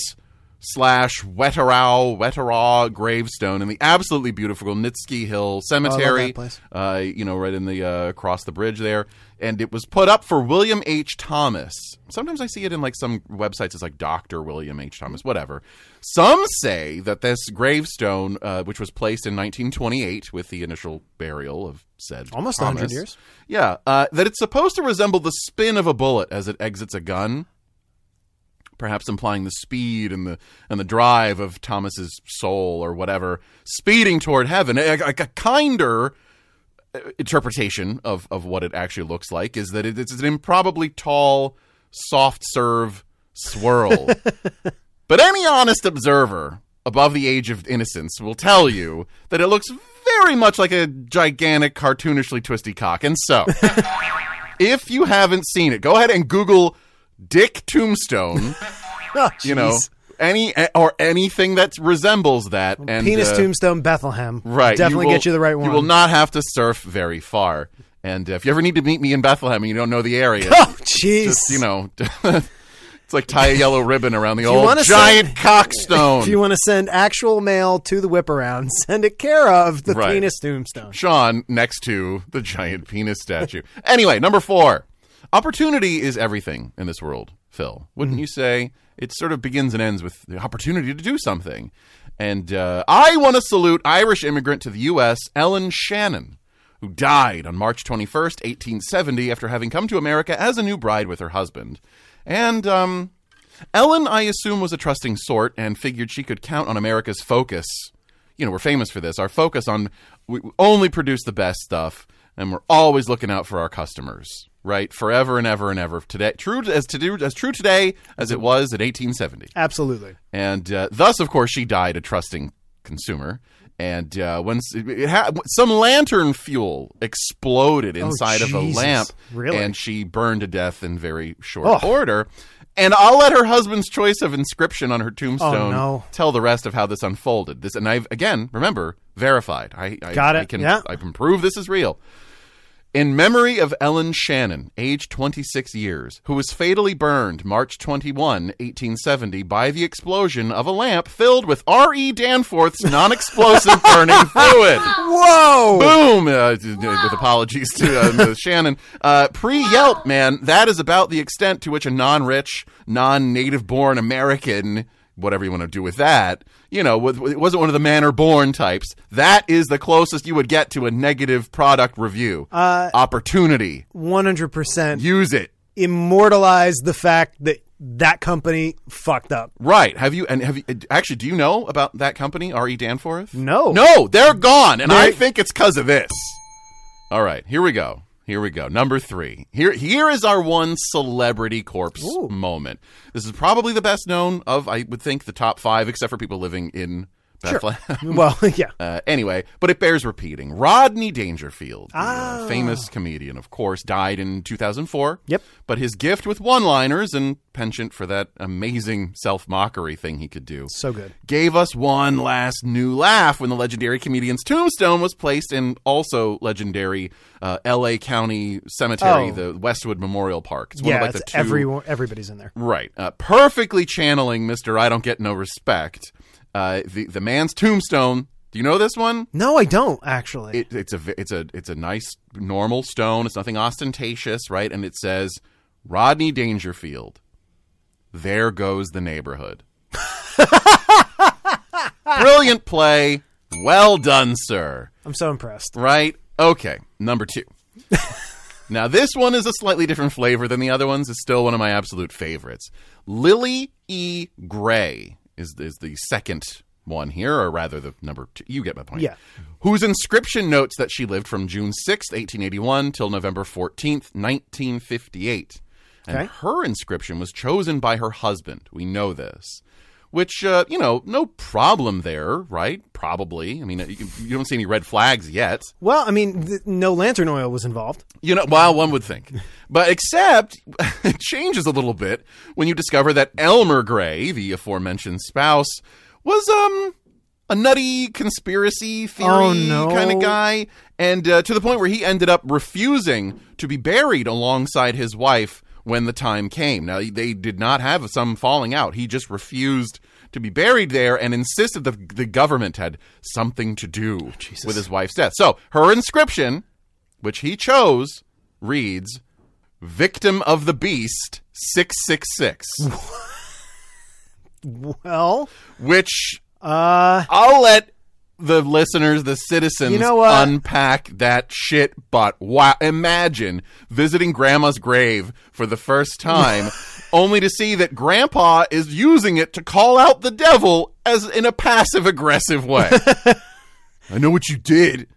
Speaker 1: slash Wetterau Wetterau gravestone in the absolutely beautiful Nitsky Hill Cemetery
Speaker 2: that place.
Speaker 1: uh, you know, right in the uh, across the bridge there. And it was put up for William H. Thomas. Sometimes I see it in like some websites. It's like Doctor William H. Thomas, whatever. Some say that this gravestone, uh, which was placed in 1928 with the initial burial of said
Speaker 2: Almost
Speaker 1: Thomas,
Speaker 2: 100 years.
Speaker 1: yeah, uh, that it's supposed to resemble the spin of a bullet as it exits a gun. Perhaps implying the speed and the and the drive of Thomas's soul or whatever, speeding toward heaven. Like a, a kinder interpretation of, of what it actually looks like is that it, it's an improbably tall, soft serve swirl. but any honest observer above the age of innocence will tell you that it looks very much like a gigantic, cartoonishly twisty cock. And so, if you haven't seen it, go ahead and Google Dick Tombstone,
Speaker 2: Oh,
Speaker 1: you know.
Speaker 2: jeez.
Speaker 1: Any eh, or anything that resembles that, and
Speaker 2: Penis
Speaker 1: uh,
Speaker 2: Tombstone Bethlehem.
Speaker 1: Right.
Speaker 2: Definitely
Speaker 1: will-
Speaker 2: get you the right one.
Speaker 1: You will not have to surf very far. And uh, if you ever need to meet me in Bethlehem and you don't know the area,
Speaker 2: Oh, jeez.
Speaker 1: just, you know, it's like tie a yellow ribbon around the old
Speaker 2: wanna
Speaker 1: giant
Speaker 2: send-
Speaker 1: cockstone.
Speaker 2: if you want to send actual mail to the whip around, send it care of the
Speaker 1: Right.
Speaker 2: Penis Tombstone.
Speaker 1: Sean next to the giant penis statue. anyway, number four. Opportunity is everything in this world, Phil. Wouldn't you say? It sort of begins and ends with the opportunity to do something. And uh, I want to salute Irish immigrant to the U.S., Ellen Shannon, who died on March 21st, 1870, after having come to America as a new bride with her husband. And um, Ellen, I assume, was a trusting sort and figured she could count on America's focus. You know, we're famous for this. Our focus on we we only produce the best stuff, and we're always looking out for our customers, right? Forever and ever and ever. Today, true as to do as true today as it was in 1870
Speaker 2: Absolutely.
Speaker 1: and uh, thus, of course, she died a trusting consumer. And uh, when s- it ha- some lantern fuel exploded inside of a
Speaker 2: Oh, Jesus.
Speaker 1: lamp,
Speaker 2: Really?
Speaker 1: and she burned to death in very short
Speaker 2: Ugh.
Speaker 1: order. And I'll let her husband's choice of inscription on her tombstone
Speaker 2: Oh, no.
Speaker 1: tell the rest of how this unfolded. This, and I've again remember verified. I, I
Speaker 2: Got
Speaker 1: I
Speaker 2: it.
Speaker 1: can,
Speaker 2: Yeah.
Speaker 1: I can prove this is real. In memory of Ellen Shannon, age 26 years, who was fatally burned March 21, 1870, by the explosion of a lamp filled with R.E. Danforth's non explosive burning fluid.
Speaker 2: Whoa!
Speaker 1: Boom! Uh, d- d- With apologies to uh, Ms. Shannon. Uh, Pre Yelp, man, that is about the extent to which a non rich, non native born American, whatever you want to do with that, you know, with, it wasn't one of the manor born types. That is the closest you would get to a negative product review. Uh, Opportunity.
Speaker 2: 100%
Speaker 1: Use it.
Speaker 2: immortalize the fact that that company fucked up.
Speaker 1: Right. Have you, and have you, actually, do you know about that company, R.E. Danforth?
Speaker 2: No.
Speaker 1: No, they're gone, and I
Speaker 2: They-
Speaker 1: think it's because of this. All right, here we go. Here we go. Number three. Here, here is our one celebrity corpse moment. This is probably the best known of, I would think, the top five, except for people living in Bethlehem.
Speaker 2: Well, yeah.
Speaker 1: Uh, anyway, but it bears repeating. Rodney Dangerfield, the, uh, famous comedian, of course, died in 2004.
Speaker 2: Yep.
Speaker 1: But his gift with one-liners and penchant for that amazing self-mockery thing he could do
Speaker 2: So good.
Speaker 1: gave us one last new laugh when the legendary comedian's tombstone was placed in also legendary uh, L.A. County Cemetery,
Speaker 2: Oh.
Speaker 1: the Westwood Memorial Park. It's one
Speaker 2: Yeah,
Speaker 1: of like
Speaker 2: it's
Speaker 1: the two
Speaker 2: everyone, everybody's in there.
Speaker 1: Right. Uh, perfectly channeling Mr. I Don't Get No Respect. Uh, the, the man's tombstone. Do you know this one?
Speaker 2: No, I don't, actually.
Speaker 1: It, it's a v- it's a it's a nice normal stone. It's nothing ostentatious, right? And it says Rodney Dangerfield. There goes the neighborhood. Brilliant play. Well done, sir.
Speaker 2: I'm so impressed.
Speaker 1: Right? Okay. Number two. now, this one is a slightly different flavor than the other ones. It's still one of my absolute favorites. Lily E. Gray is, is the second one here, or rather the number two. You get my point.
Speaker 2: Yeah.
Speaker 1: Whose inscription notes that she lived from June 6th, 1881 till November 14th, 1958. And
Speaker 2: Okay.
Speaker 1: her inscription was chosen by her husband. We know this. which uh, you know, no problem there, right? Probably. I mean, you, you don't see any red flags yet.
Speaker 2: Well, I mean, th- no lantern oil was involved.
Speaker 1: You know, well, one would think. But except it changes a little bit when you discover that Elmer Gray, the aforementioned spouse, was um a nutty conspiracy theory
Speaker 2: Oh, no.
Speaker 1: kind of guy and uh, to the point where he ended up refusing to be buried alongside his wife when the time came. Now they did not have some falling out. He just refused to be buried there and insisted that the government had something to do with his wife's death. So, her inscription which he chose, reads Victim of the Beast 666.
Speaker 2: Well,
Speaker 1: Which
Speaker 2: uh,
Speaker 1: I'll let the listeners, the citizens,
Speaker 2: You know what?
Speaker 1: unpack that shit. But wow, imagine visiting grandma's grave for the first time. Only to see that Grandpa is using it to call out the devil as in a passive aggressive way. I know what you did.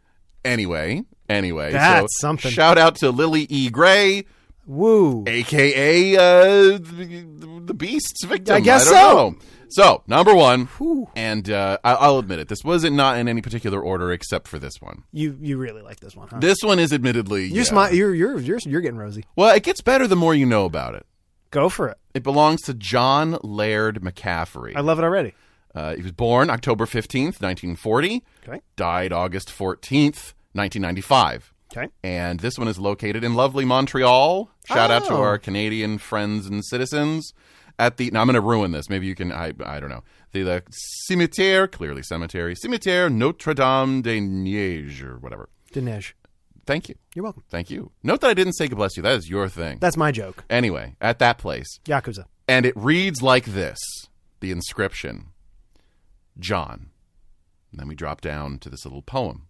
Speaker 1: Anyway, anyway,
Speaker 2: That's
Speaker 1: so
Speaker 2: something.
Speaker 1: Shout out to Lily E. Gray,
Speaker 2: woo.
Speaker 1: aka uh, the, the beast's victim.
Speaker 2: I guess
Speaker 1: don't
Speaker 2: so.
Speaker 1: know. So number one, and uh, I- I'll admit it. This wasn't not in any particular order except for this one.
Speaker 2: You you really like this one, huh?
Speaker 1: This one is admittedly
Speaker 2: You're,
Speaker 1: yeah.
Speaker 2: smi- you're you're you're you're getting rosy.
Speaker 1: Well, it gets better the more you know about it.
Speaker 2: Go for it.
Speaker 1: It belongs to John Laird McCaffrey.
Speaker 2: I love it already.
Speaker 1: Uh, he was born October fifteenth, nineteen forty.
Speaker 2: Okay.
Speaker 1: Died August fourteenth, nineteen ninety five.
Speaker 2: Okay.
Speaker 1: And this one is located in lovely Montreal. Shout out to
Speaker 2: Oh.
Speaker 1: our Canadian friends and citizens at the. Now I'm going to ruin this. Maybe you can. I I don't know. The, the cimetière, clearly cemetery, cimetière Notre Dame de Niège or whatever.
Speaker 2: Dinesh,
Speaker 1: Thank you,
Speaker 2: you're welcome.
Speaker 1: thank you. Note that I didn't say God bless you. That is your thing.
Speaker 2: That's my joke.
Speaker 1: anyway, at that place,
Speaker 2: Yakuza.
Speaker 1: and it reads like this: the inscription, John. And then we drop down to this little poem.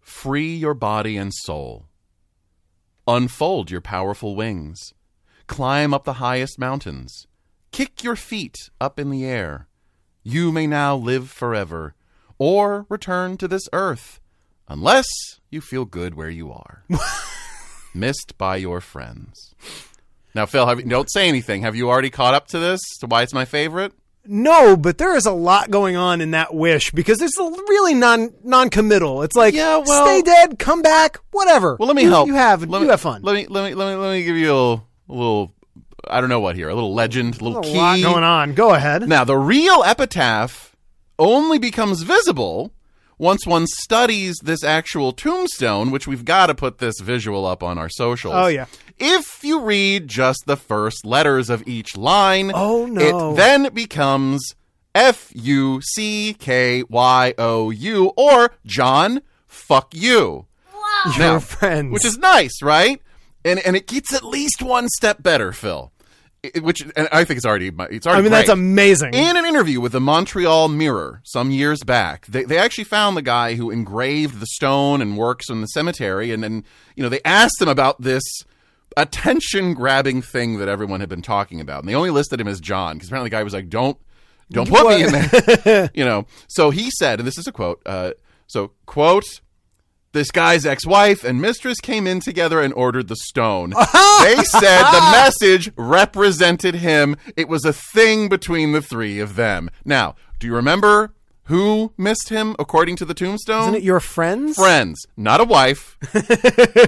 Speaker 1: Free your body and soul. Unfold your powerful wings. Climb up the highest mountains. Kick your feet up in the air. You may now live forever or return to this earth unless you feel good where you are. Missed by your friends. Now, Phil, have, don't say anything. Have you already caught up to this? To why it's my favorite?
Speaker 2: No, but there is a lot going on in that wish because it's really non non-committal. It's like
Speaker 1: Yeah, well-
Speaker 2: stay dead, come back, whatever.
Speaker 1: Well, let me
Speaker 2: You-
Speaker 1: help.
Speaker 2: You have
Speaker 1: let
Speaker 2: you
Speaker 1: me,
Speaker 2: have fun.
Speaker 1: Let me let me let me let me give you a, little- a little. I don't know what here. A little legend. A little
Speaker 2: There's
Speaker 1: key.
Speaker 2: a lot going on. Go ahead.
Speaker 1: Now the real epitaph only becomes visible once one studies this actual tombstone, which we've got to put this visual up on our socials.
Speaker 2: Oh, yeah.
Speaker 1: If you read just the first letters of each line,
Speaker 2: Oh, no.
Speaker 1: it then becomes F U C K Y O U or John fuck you.
Speaker 2: Your
Speaker 1: now,
Speaker 2: friends.
Speaker 1: which is nice, right? And and it gets at least one step better, Phil. It- which and I think it's already it's already.
Speaker 2: I mean that's
Speaker 1: great.
Speaker 2: amazing.
Speaker 1: In an interview with the Montreal Mirror some years back, they, they actually found the guy who engraved the stone and works in the cemetery, and then you know they asked him about this attention grabbing thing that everyone had been talking about, and they only listed him as John because apparently the guy was like, "Don't, don't put me in there," you know. So he said, and this is a quote. Uh, so quote. This guy's ex-wife and mistress came in together and ordered the stone. they said the message represented him. It was a thing between the three of them. Now, do you remember who missed him according to the tombstone?
Speaker 2: Isn't it your friends?
Speaker 1: Friends, not a wife,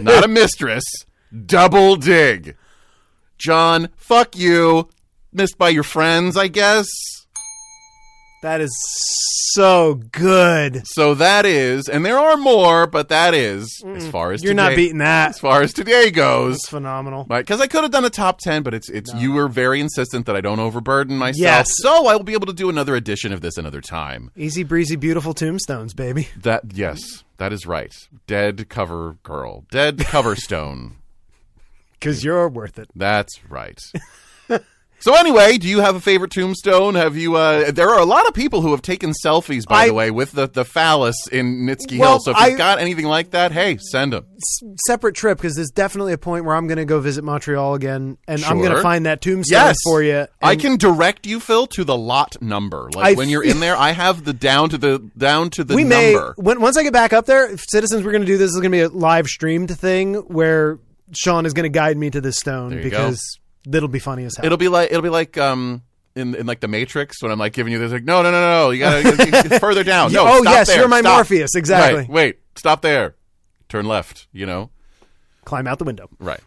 Speaker 1: not a mistress. Double dig. John, fuck you. Missed by your friends, I guess.
Speaker 2: That is so good.
Speaker 1: So that is, and there are more, but that is as far as
Speaker 2: Mm. You're
Speaker 1: today,
Speaker 2: not beating
Speaker 1: as
Speaker 2: that.
Speaker 1: far as today goes.
Speaker 2: It's phenomenal.
Speaker 1: Right, because I could have done a top ten, but it's it's you were very insistent that I don't overburden myself.
Speaker 2: Yes.
Speaker 1: So I will be able to do another edition of this another time.
Speaker 2: Easy breezy, beautiful tombstones, baby.
Speaker 1: That yes, that is right. Dead cover girl, dead cover stone.
Speaker 2: Because you're worth it.
Speaker 1: That's right. so anyway, do you have a favorite tombstone? Have you? Uh, there are a lot of people who have taken selfies, by the
Speaker 2: I-
Speaker 1: way, with the, the phallus in Nitsky
Speaker 2: Well,
Speaker 1: Hill. So if you've
Speaker 2: I-
Speaker 1: got anything like that, hey, send them.
Speaker 2: Separate trip because there's definitely a point where I'm going to go visit Montreal again, and I'm
Speaker 1: Sure.
Speaker 2: going to find that tombstone
Speaker 1: Yes,
Speaker 2: for you. and-
Speaker 1: I can direct you, Phil, to the lot number. Like
Speaker 2: I-
Speaker 1: when you're in there, I have the down to the down to the
Speaker 2: we may
Speaker 1: number.
Speaker 2: when, once I get back up there, if citizens. We're going to do this. This is going to be a live streamed thing where Sean is going to guide me to this stone
Speaker 1: you
Speaker 2: because that'll be funny as hell.
Speaker 1: It'll be like it'll be like um in, in like the Matrix when I'm like giving you this like no no no no no, you gotta you- you- further down. No,
Speaker 2: oh
Speaker 1: stop
Speaker 2: yes,
Speaker 1: there.
Speaker 2: you're my
Speaker 1: Stop.
Speaker 2: Morpheus. Exactly.
Speaker 1: Right, wait, stop there. Turn left. You know.
Speaker 2: Climb out the window.
Speaker 1: Right.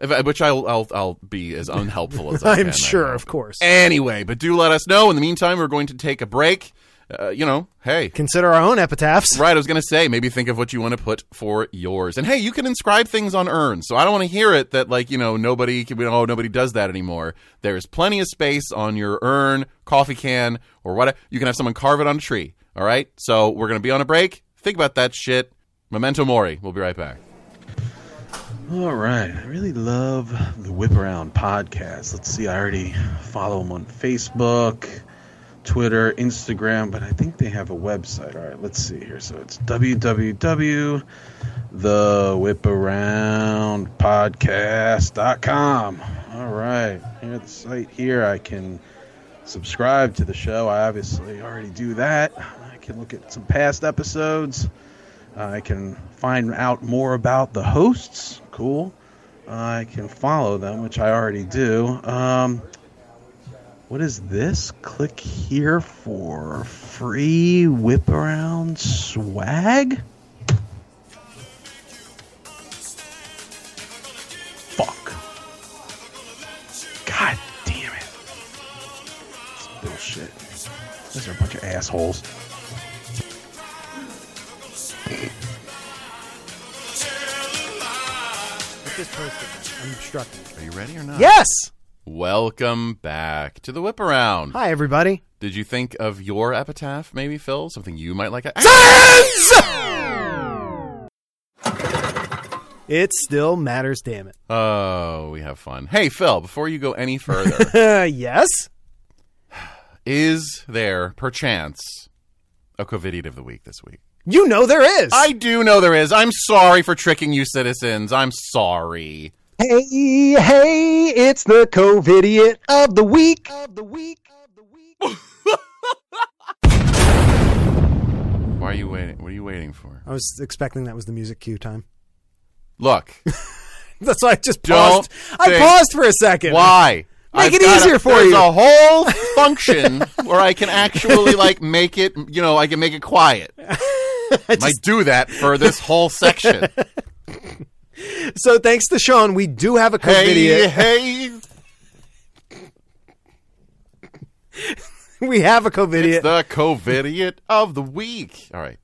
Speaker 1: If- uh, Which I'll I'll, I'll be as unhelpful as I
Speaker 2: I'm
Speaker 1: can, I
Speaker 2: sure,
Speaker 1: hope.
Speaker 2: of course.
Speaker 1: Anyway, but do let us know. In the meantime, we're going to take a break. Uh, you know, hey,
Speaker 2: Consider our own epitaphs.
Speaker 1: Right, I was going to say, maybe think of what you want to put for yours. And hey, you can inscribe things on urns. So I don't want to hear it that, like, you know, nobody can, oh, nobody does that anymore. There's plenty of space on your urn, coffee can, or what. You can have someone carve it on a tree. All right? So we're going to be on a break. Think about that shit. Memento Mori. We'll be right back.
Speaker 4: All right. I really love the Whip Around podcast. Let's see. I already follow them on Facebook, Twitter, Instagram, but I think they have a website. All right. Let's see here. So it's www.thewhiparoundpodcast.com. All right. Here at the site here, I can subscribe to the show. I obviously already do that. I can look at some past episodes. I can find out more about the hosts. Cool. I can follow them, which I already do. Um, what is this? Click here for free whip around swag? Fuck. God damn it. It's bullshit. These are a bunch of assholes.
Speaker 2: I'm obstructing.
Speaker 1: Are you ready or not?
Speaker 2: Yes.
Speaker 1: Welcome back to the whip around.
Speaker 2: Hi, everybody.
Speaker 1: Did you think of your epitaph, maybe, Phil? Something you might like?
Speaker 2: It still matters. Damn it.
Speaker 1: Oh, we have fun. Hey, Phil, before you go any further.
Speaker 2: Uh, yes.
Speaker 1: Is there, perchance, a Covidian of the week this week?
Speaker 2: You know there is.
Speaker 1: I do know there is. I'm sorry for tricking you, citizens. I'm sorry.
Speaker 5: Hey, hey, it's the COVIDiot of the week. Of the week. Of the week.
Speaker 1: Why are you waiting? What are you waiting for?
Speaker 2: I was expecting that was the music cue time.
Speaker 1: Look,
Speaker 2: That's why I just
Speaker 1: Don't
Speaker 2: paused. I
Speaker 1: think-
Speaker 2: paused for a second.
Speaker 1: why?
Speaker 2: Make
Speaker 1: I've
Speaker 2: it
Speaker 1: got
Speaker 2: easier
Speaker 1: a,
Speaker 2: for
Speaker 1: there's
Speaker 2: you.
Speaker 1: a whole function where I can actually like make it. You know, I can make it quiet. I might do that for this whole section.
Speaker 2: So thanks to Sean, we do have a
Speaker 1: hey,
Speaker 2: COVIDiot.
Speaker 1: hey,
Speaker 2: We have a COVIDiot.
Speaker 1: the Covidian of the week. All right.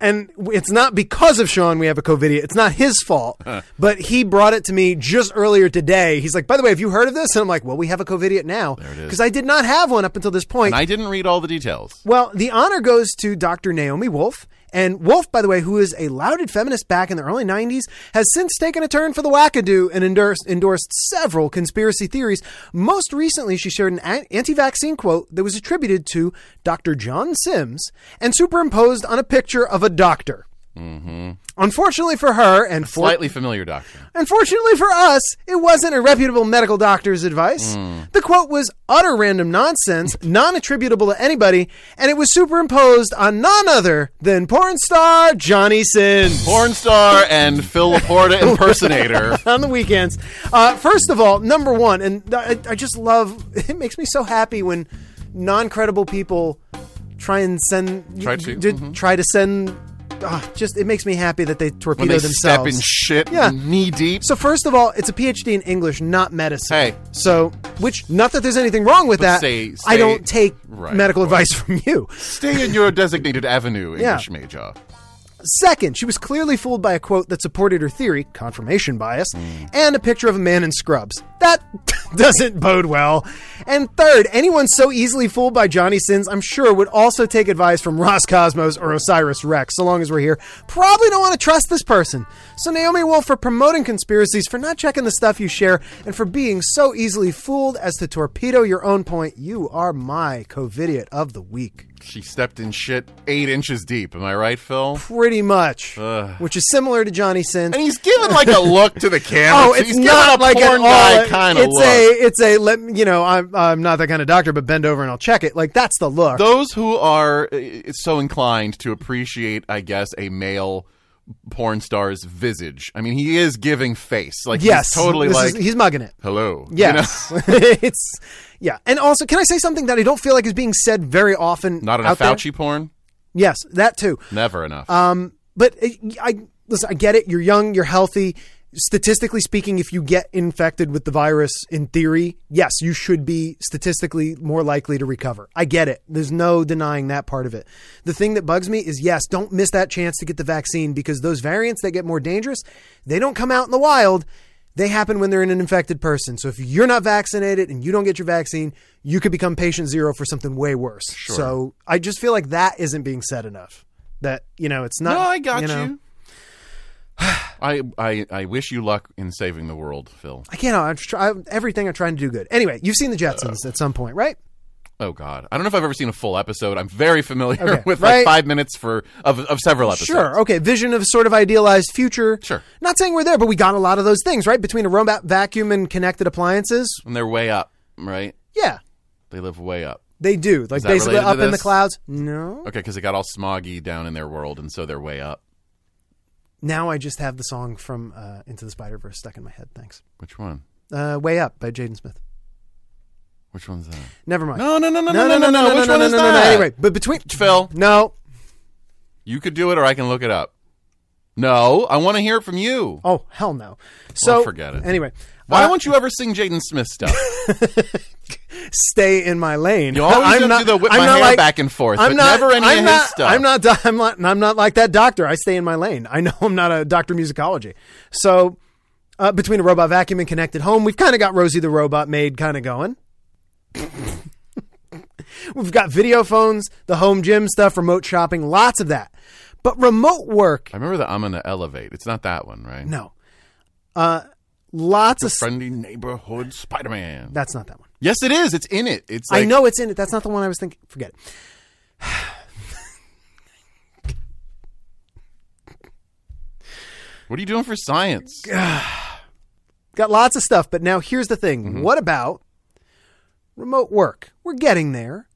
Speaker 2: and it's not because of Sean we have a COVIDia. It's not his fault, but he brought it to me just earlier today. He's like, "By the way, have you heard of this?" And I'm like, "Well, we have a COVIDia now because I did not have one up until this point."
Speaker 1: And I didn't read all the details.
Speaker 2: well, the honor goes to Dr. Naomi Wolf. And Wolf, by the way, who is a lauded feminist back in the early 90s, has since taken a turn for the wackadoo and endorsed, endorsed several conspiracy theories. Most recently, she shared an anti vaccine quote that was attributed to Dr. John Sims and superimposed on a picture of a doctor. Unfortunately for her, and for
Speaker 1: Slightly familiar doctor.
Speaker 2: Unfortunately for us, it wasn't a reputable medical doctor's advice.
Speaker 1: Hmm.
Speaker 2: The quote was utter random nonsense, non attributable to anybody, and it was superimposed on none other than porn star Johnny Sins.
Speaker 1: porn star and Phil Laporta impersonator.
Speaker 2: on the weekends. Uh, first of all, number one, and I, I just love it makes me so happy when non credible people try and send
Speaker 1: Try to,
Speaker 2: did-
Speaker 1: mhm.
Speaker 2: try to send. ah, just it makes me happy that they torpedo
Speaker 1: when they step
Speaker 2: themselves.
Speaker 1: in shit
Speaker 2: Yeah.
Speaker 1: knee deep.
Speaker 2: So first of all, it's a PhD in English, not medicine.
Speaker 1: Hey.
Speaker 2: So, which not that there's anything wrong with that.
Speaker 1: say-
Speaker 2: I
Speaker 1: say-
Speaker 2: don't take
Speaker 1: Right,
Speaker 2: medical
Speaker 1: of course.
Speaker 2: advice from you.
Speaker 1: Stay in your designated avenue,
Speaker 2: Yeah.
Speaker 1: English major.
Speaker 2: Second, she was clearly fooled by a quote that supported her theory, confirmation bias, and a picture of a man in scrubs. That doesn't bode well. And third, anyone so easily fooled by Johnny Sins, I'm sure, would also take advice from Ross Cosmos or Osiris Rex, so long as we're here. Probably don't want to trust this person. So, Naomi Wolf, for promoting conspiracies, for not checking the stuff you share, and for being so easily fooled as to torpedo your own point, you are my COVIDiot of the week.
Speaker 1: She stepped in shit eight inches deep. Am I right, Phil?
Speaker 2: Pretty much. Which is similar to Johnny Sins.
Speaker 1: And he's giving like a look to the camera.
Speaker 2: Oh,
Speaker 1: too.
Speaker 2: it's
Speaker 1: He's giving
Speaker 2: not
Speaker 1: a
Speaker 2: like
Speaker 1: porn
Speaker 2: an all.
Speaker 1: guy kind of
Speaker 2: it's
Speaker 1: look.
Speaker 2: a, it's a. Let me- you know, I'm, I'm not that kind of doctor, but bend over and I'll check it. Like that's the look.
Speaker 1: uh, Those who are uh, so inclined to appreciate, I guess, a male porn star's visage. I mean, he is giving face. Like
Speaker 2: yes,
Speaker 1: he's totally
Speaker 2: this
Speaker 1: like
Speaker 2: is- he's mugging it.
Speaker 1: hello. you
Speaker 2: Yes, it's yeah. And also, can I say something that I don't feel like is being said very
Speaker 1: know?
Speaker 2: often?
Speaker 1: Not enough
Speaker 2: out there?
Speaker 1: Fauci porn.
Speaker 2: Yes, that too.
Speaker 1: Never enough.
Speaker 2: Um, but it, I listen. I get it. You're young. You're healthy. Statistically speaking, if you get infected with the virus, in theory, yes, you should be statistically more likely to recover. I get it. There's no denying that part of it. The thing that bugs me is yes, don't miss that chance to get the vaccine because those variants that get more dangerous, they don't come out in the wild. They happen when they're in an infected person. So if you're not vaccinated and you don't get your vaccine, you could become patient zero for something way worse. So I just feel like that isn't being said enough. That you know, it's not.
Speaker 1: no, I got you.
Speaker 2: know-
Speaker 1: I, I I wish you luck in saving the world, Phil.
Speaker 2: I can't. I'm try, everything I'm trying to do good. Anyway, you've seen the Jetsons at some point, right?
Speaker 1: Oh God, I don't know if I've ever seen a full episode. I'm very familiar
Speaker 2: Okay,
Speaker 1: with
Speaker 2: right.
Speaker 1: like five minutes for of, of several episodes.
Speaker 2: Sure. Okay. Vision of sort of idealized future.
Speaker 1: Sure.
Speaker 2: Not saying we're there, but we got a lot of those things, right? Between a robot vacuum and connected appliances.
Speaker 1: and they're way up, right?
Speaker 2: Yeah,
Speaker 1: They live way up.
Speaker 2: they do. Like
Speaker 1: that
Speaker 2: basically
Speaker 1: related to
Speaker 2: up in the
Speaker 1: this?
Speaker 2: clouds. No.
Speaker 1: Okay, because it got all smoggy down in their world, and so they're way up.
Speaker 2: Now I just have the song from uh, Into the Spider Verse stuck in my head. Thanks.
Speaker 1: Which one?
Speaker 2: Uh, Way Up by Jaden Smith.
Speaker 1: Which one's that?
Speaker 2: Never mind.
Speaker 1: No, no, no, no, no, no, no, no. Which one is that?
Speaker 2: Anyway, but between
Speaker 1: Phil,
Speaker 2: no.
Speaker 1: you could do it, or I can look it up. No, I want to hear it from you.
Speaker 2: Oh hell no. So
Speaker 1: forget it.
Speaker 2: Anyway,
Speaker 1: Why
Speaker 2: uh,
Speaker 1: won't you ever sing Jaden Smith stuff?
Speaker 2: stay in my lane?
Speaker 1: You always
Speaker 2: I'm
Speaker 1: gonna
Speaker 2: not,
Speaker 1: do the whip
Speaker 2: I'm
Speaker 1: my
Speaker 2: not
Speaker 1: hair
Speaker 2: like,
Speaker 1: back and forth,
Speaker 2: I'm
Speaker 1: but
Speaker 2: not,
Speaker 1: never any
Speaker 2: I'm
Speaker 1: of
Speaker 2: not,
Speaker 1: his stuff.
Speaker 2: I'm not. do- I'm not. I'm not like that doctor. I stay in my lane. I know I'm not a Doctor Musicology. So uh, between a robot vacuum and connected home, we've kind of got Rosie the robot maid kind of going. we've got video phones, the home gym stuff, remote shopping, lots of that. But remote work,
Speaker 1: I remember that I'm gonna elevate. It's not that one, right?
Speaker 2: no. Uh, lots of. s
Speaker 1: Friendly neighborhood Spider-Man.
Speaker 2: that's not that one.
Speaker 1: yes, it is. It's in it. It's like
Speaker 2: I know it's in it. That's not the one I was thinking. Forget it.
Speaker 1: What are you doing for science?
Speaker 2: Got lots of stuff, but now here's the thing.
Speaker 1: Mm-hmm.
Speaker 2: What about remote work? We're getting there.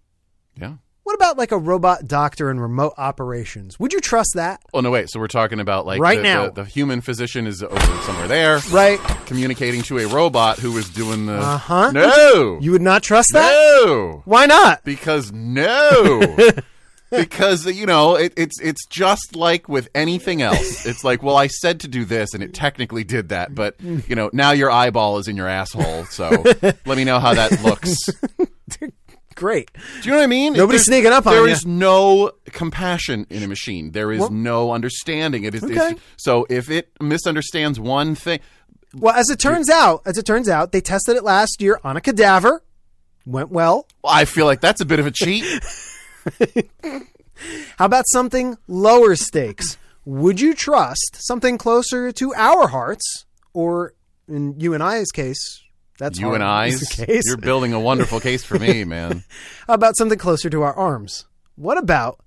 Speaker 1: Yeah.
Speaker 2: What about like a robot doctor and remote operations? Would you trust that?
Speaker 1: Oh no, wait. So we're talking about like
Speaker 2: Right
Speaker 1: the,
Speaker 2: now.
Speaker 1: the, the human physician is over somewhere there,
Speaker 2: Right.
Speaker 1: Communicating to a robot who is doing the. Uh
Speaker 2: Uh-huh.
Speaker 1: No.
Speaker 2: You would not trust that?
Speaker 1: no.
Speaker 2: Why not?
Speaker 1: Because no. because you know it, it's it's just like with anything else. It's like well, I said to do this, and it technically did that, but you know now your eyeball is in your asshole. So let me know how that looks.
Speaker 2: Great.
Speaker 1: Do you know what I mean?
Speaker 2: Nobody's sneaking up on
Speaker 1: There
Speaker 2: ya.
Speaker 1: is no compassion in a machine. There is no understanding. It is it's-
Speaker 2: okay.
Speaker 1: so if it misunderstands one thing,
Speaker 2: Well, as it turns out, as it turns out, they tested it last year on a cadaver. Went well.
Speaker 1: well, I feel like that's a bit of a cheat.
Speaker 2: How about something lower stakes? Would you trust something closer to our hearts or in you and I's case, that's
Speaker 1: you
Speaker 2: our-
Speaker 1: and I's,
Speaker 2: case.
Speaker 1: you're building a wonderful case for me, man.
Speaker 2: How about something closer to our arms? What about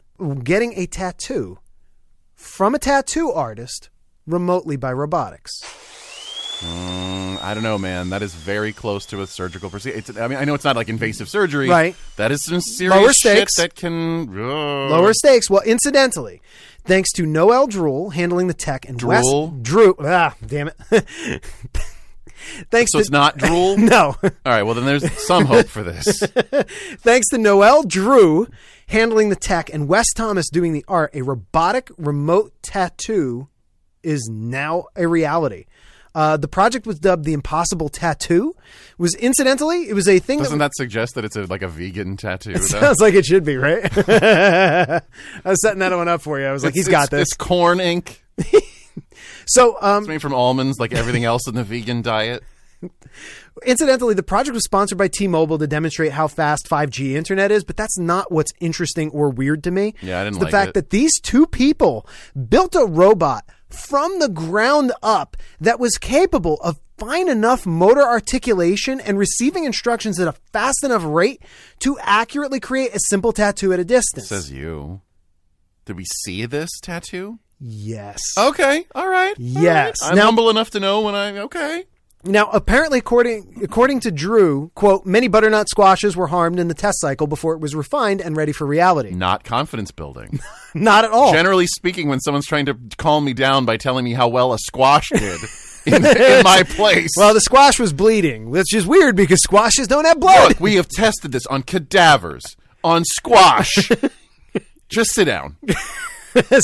Speaker 2: getting a tattoo from a tattoo artist remotely by robotics?
Speaker 1: Mm, I don't know, man. That is very close to a surgical procedure. It's, I mean, I know it's not like invasive surgery,
Speaker 2: Right.
Speaker 1: That is some serious
Speaker 2: Lower
Speaker 1: shit
Speaker 2: stakes.
Speaker 1: that can Ugh.
Speaker 2: Lower stakes. Well, incidentally, thanks to Noel Drool handling the tech and
Speaker 1: Drool?
Speaker 2: West Drew. Ah, damn it. thanks
Speaker 1: So
Speaker 2: to
Speaker 1: it's not drool.
Speaker 2: no.
Speaker 1: All right. Well, then there's some hope for this.
Speaker 2: Thanks to Noel Drew handling the tech and Wes Thomas doing the art, a robotic remote tattoo is now a reality. Uh, the project was dubbed the Impossible Tattoo. Was incidentally, it was a thing
Speaker 1: Doesn't
Speaker 2: that,
Speaker 1: that suggest that it's a, like a vegan tattoo? though?
Speaker 2: sounds like it should be right. I was setting that one up for you. I was like, he's
Speaker 1: It's-
Speaker 2: got this.
Speaker 1: It's corn ink.
Speaker 2: So, um,
Speaker 1: It's made from almonds, like everything else in the vegan diet.
Speaker 2: Incidentally, the project was sponsored by T-Mobile to demonstrate how fast 5G internet is, but that's not what's interesting or weird to me.
Speaker 1: Yeah, I didn't
Speaker 2: It's the
Speaker 1: like
Speaker 2: fact
Speaker 1: it.
Speaker 2: that these two people built a robot from the ground up that was capable of fine enough motor articulation and receiving instructions at a fast enough rate to accurately create a simple tattoo at a distance.
Speaker 1: Says you. Did we see this tattoo?
Speaker 2: yes.
Speaker 1: Okay, all right. all
Speaker 2: Yes.
Speaker 1: right. I'm
Speaker 2: Now-
Speaker 1: humble enough to know when I. Okay.
Speaker 2: Now, apparently, according according to Drew, quote, many butternut squashes were harmed in the test cycle before it was refined and ready for reality.
Speaker 1: Not confidence building.
Speaker 2: Not at all.
Speaker 1: Generally speaking, when someone's trying to calm me down by telling me how well a squash did in, in my place.
Speaker 2: well, the squash was bleeding, which is weird because squashes don't have blood.
Speaker 1: Look, we have tested this on cadavers, on squash. Just sit down.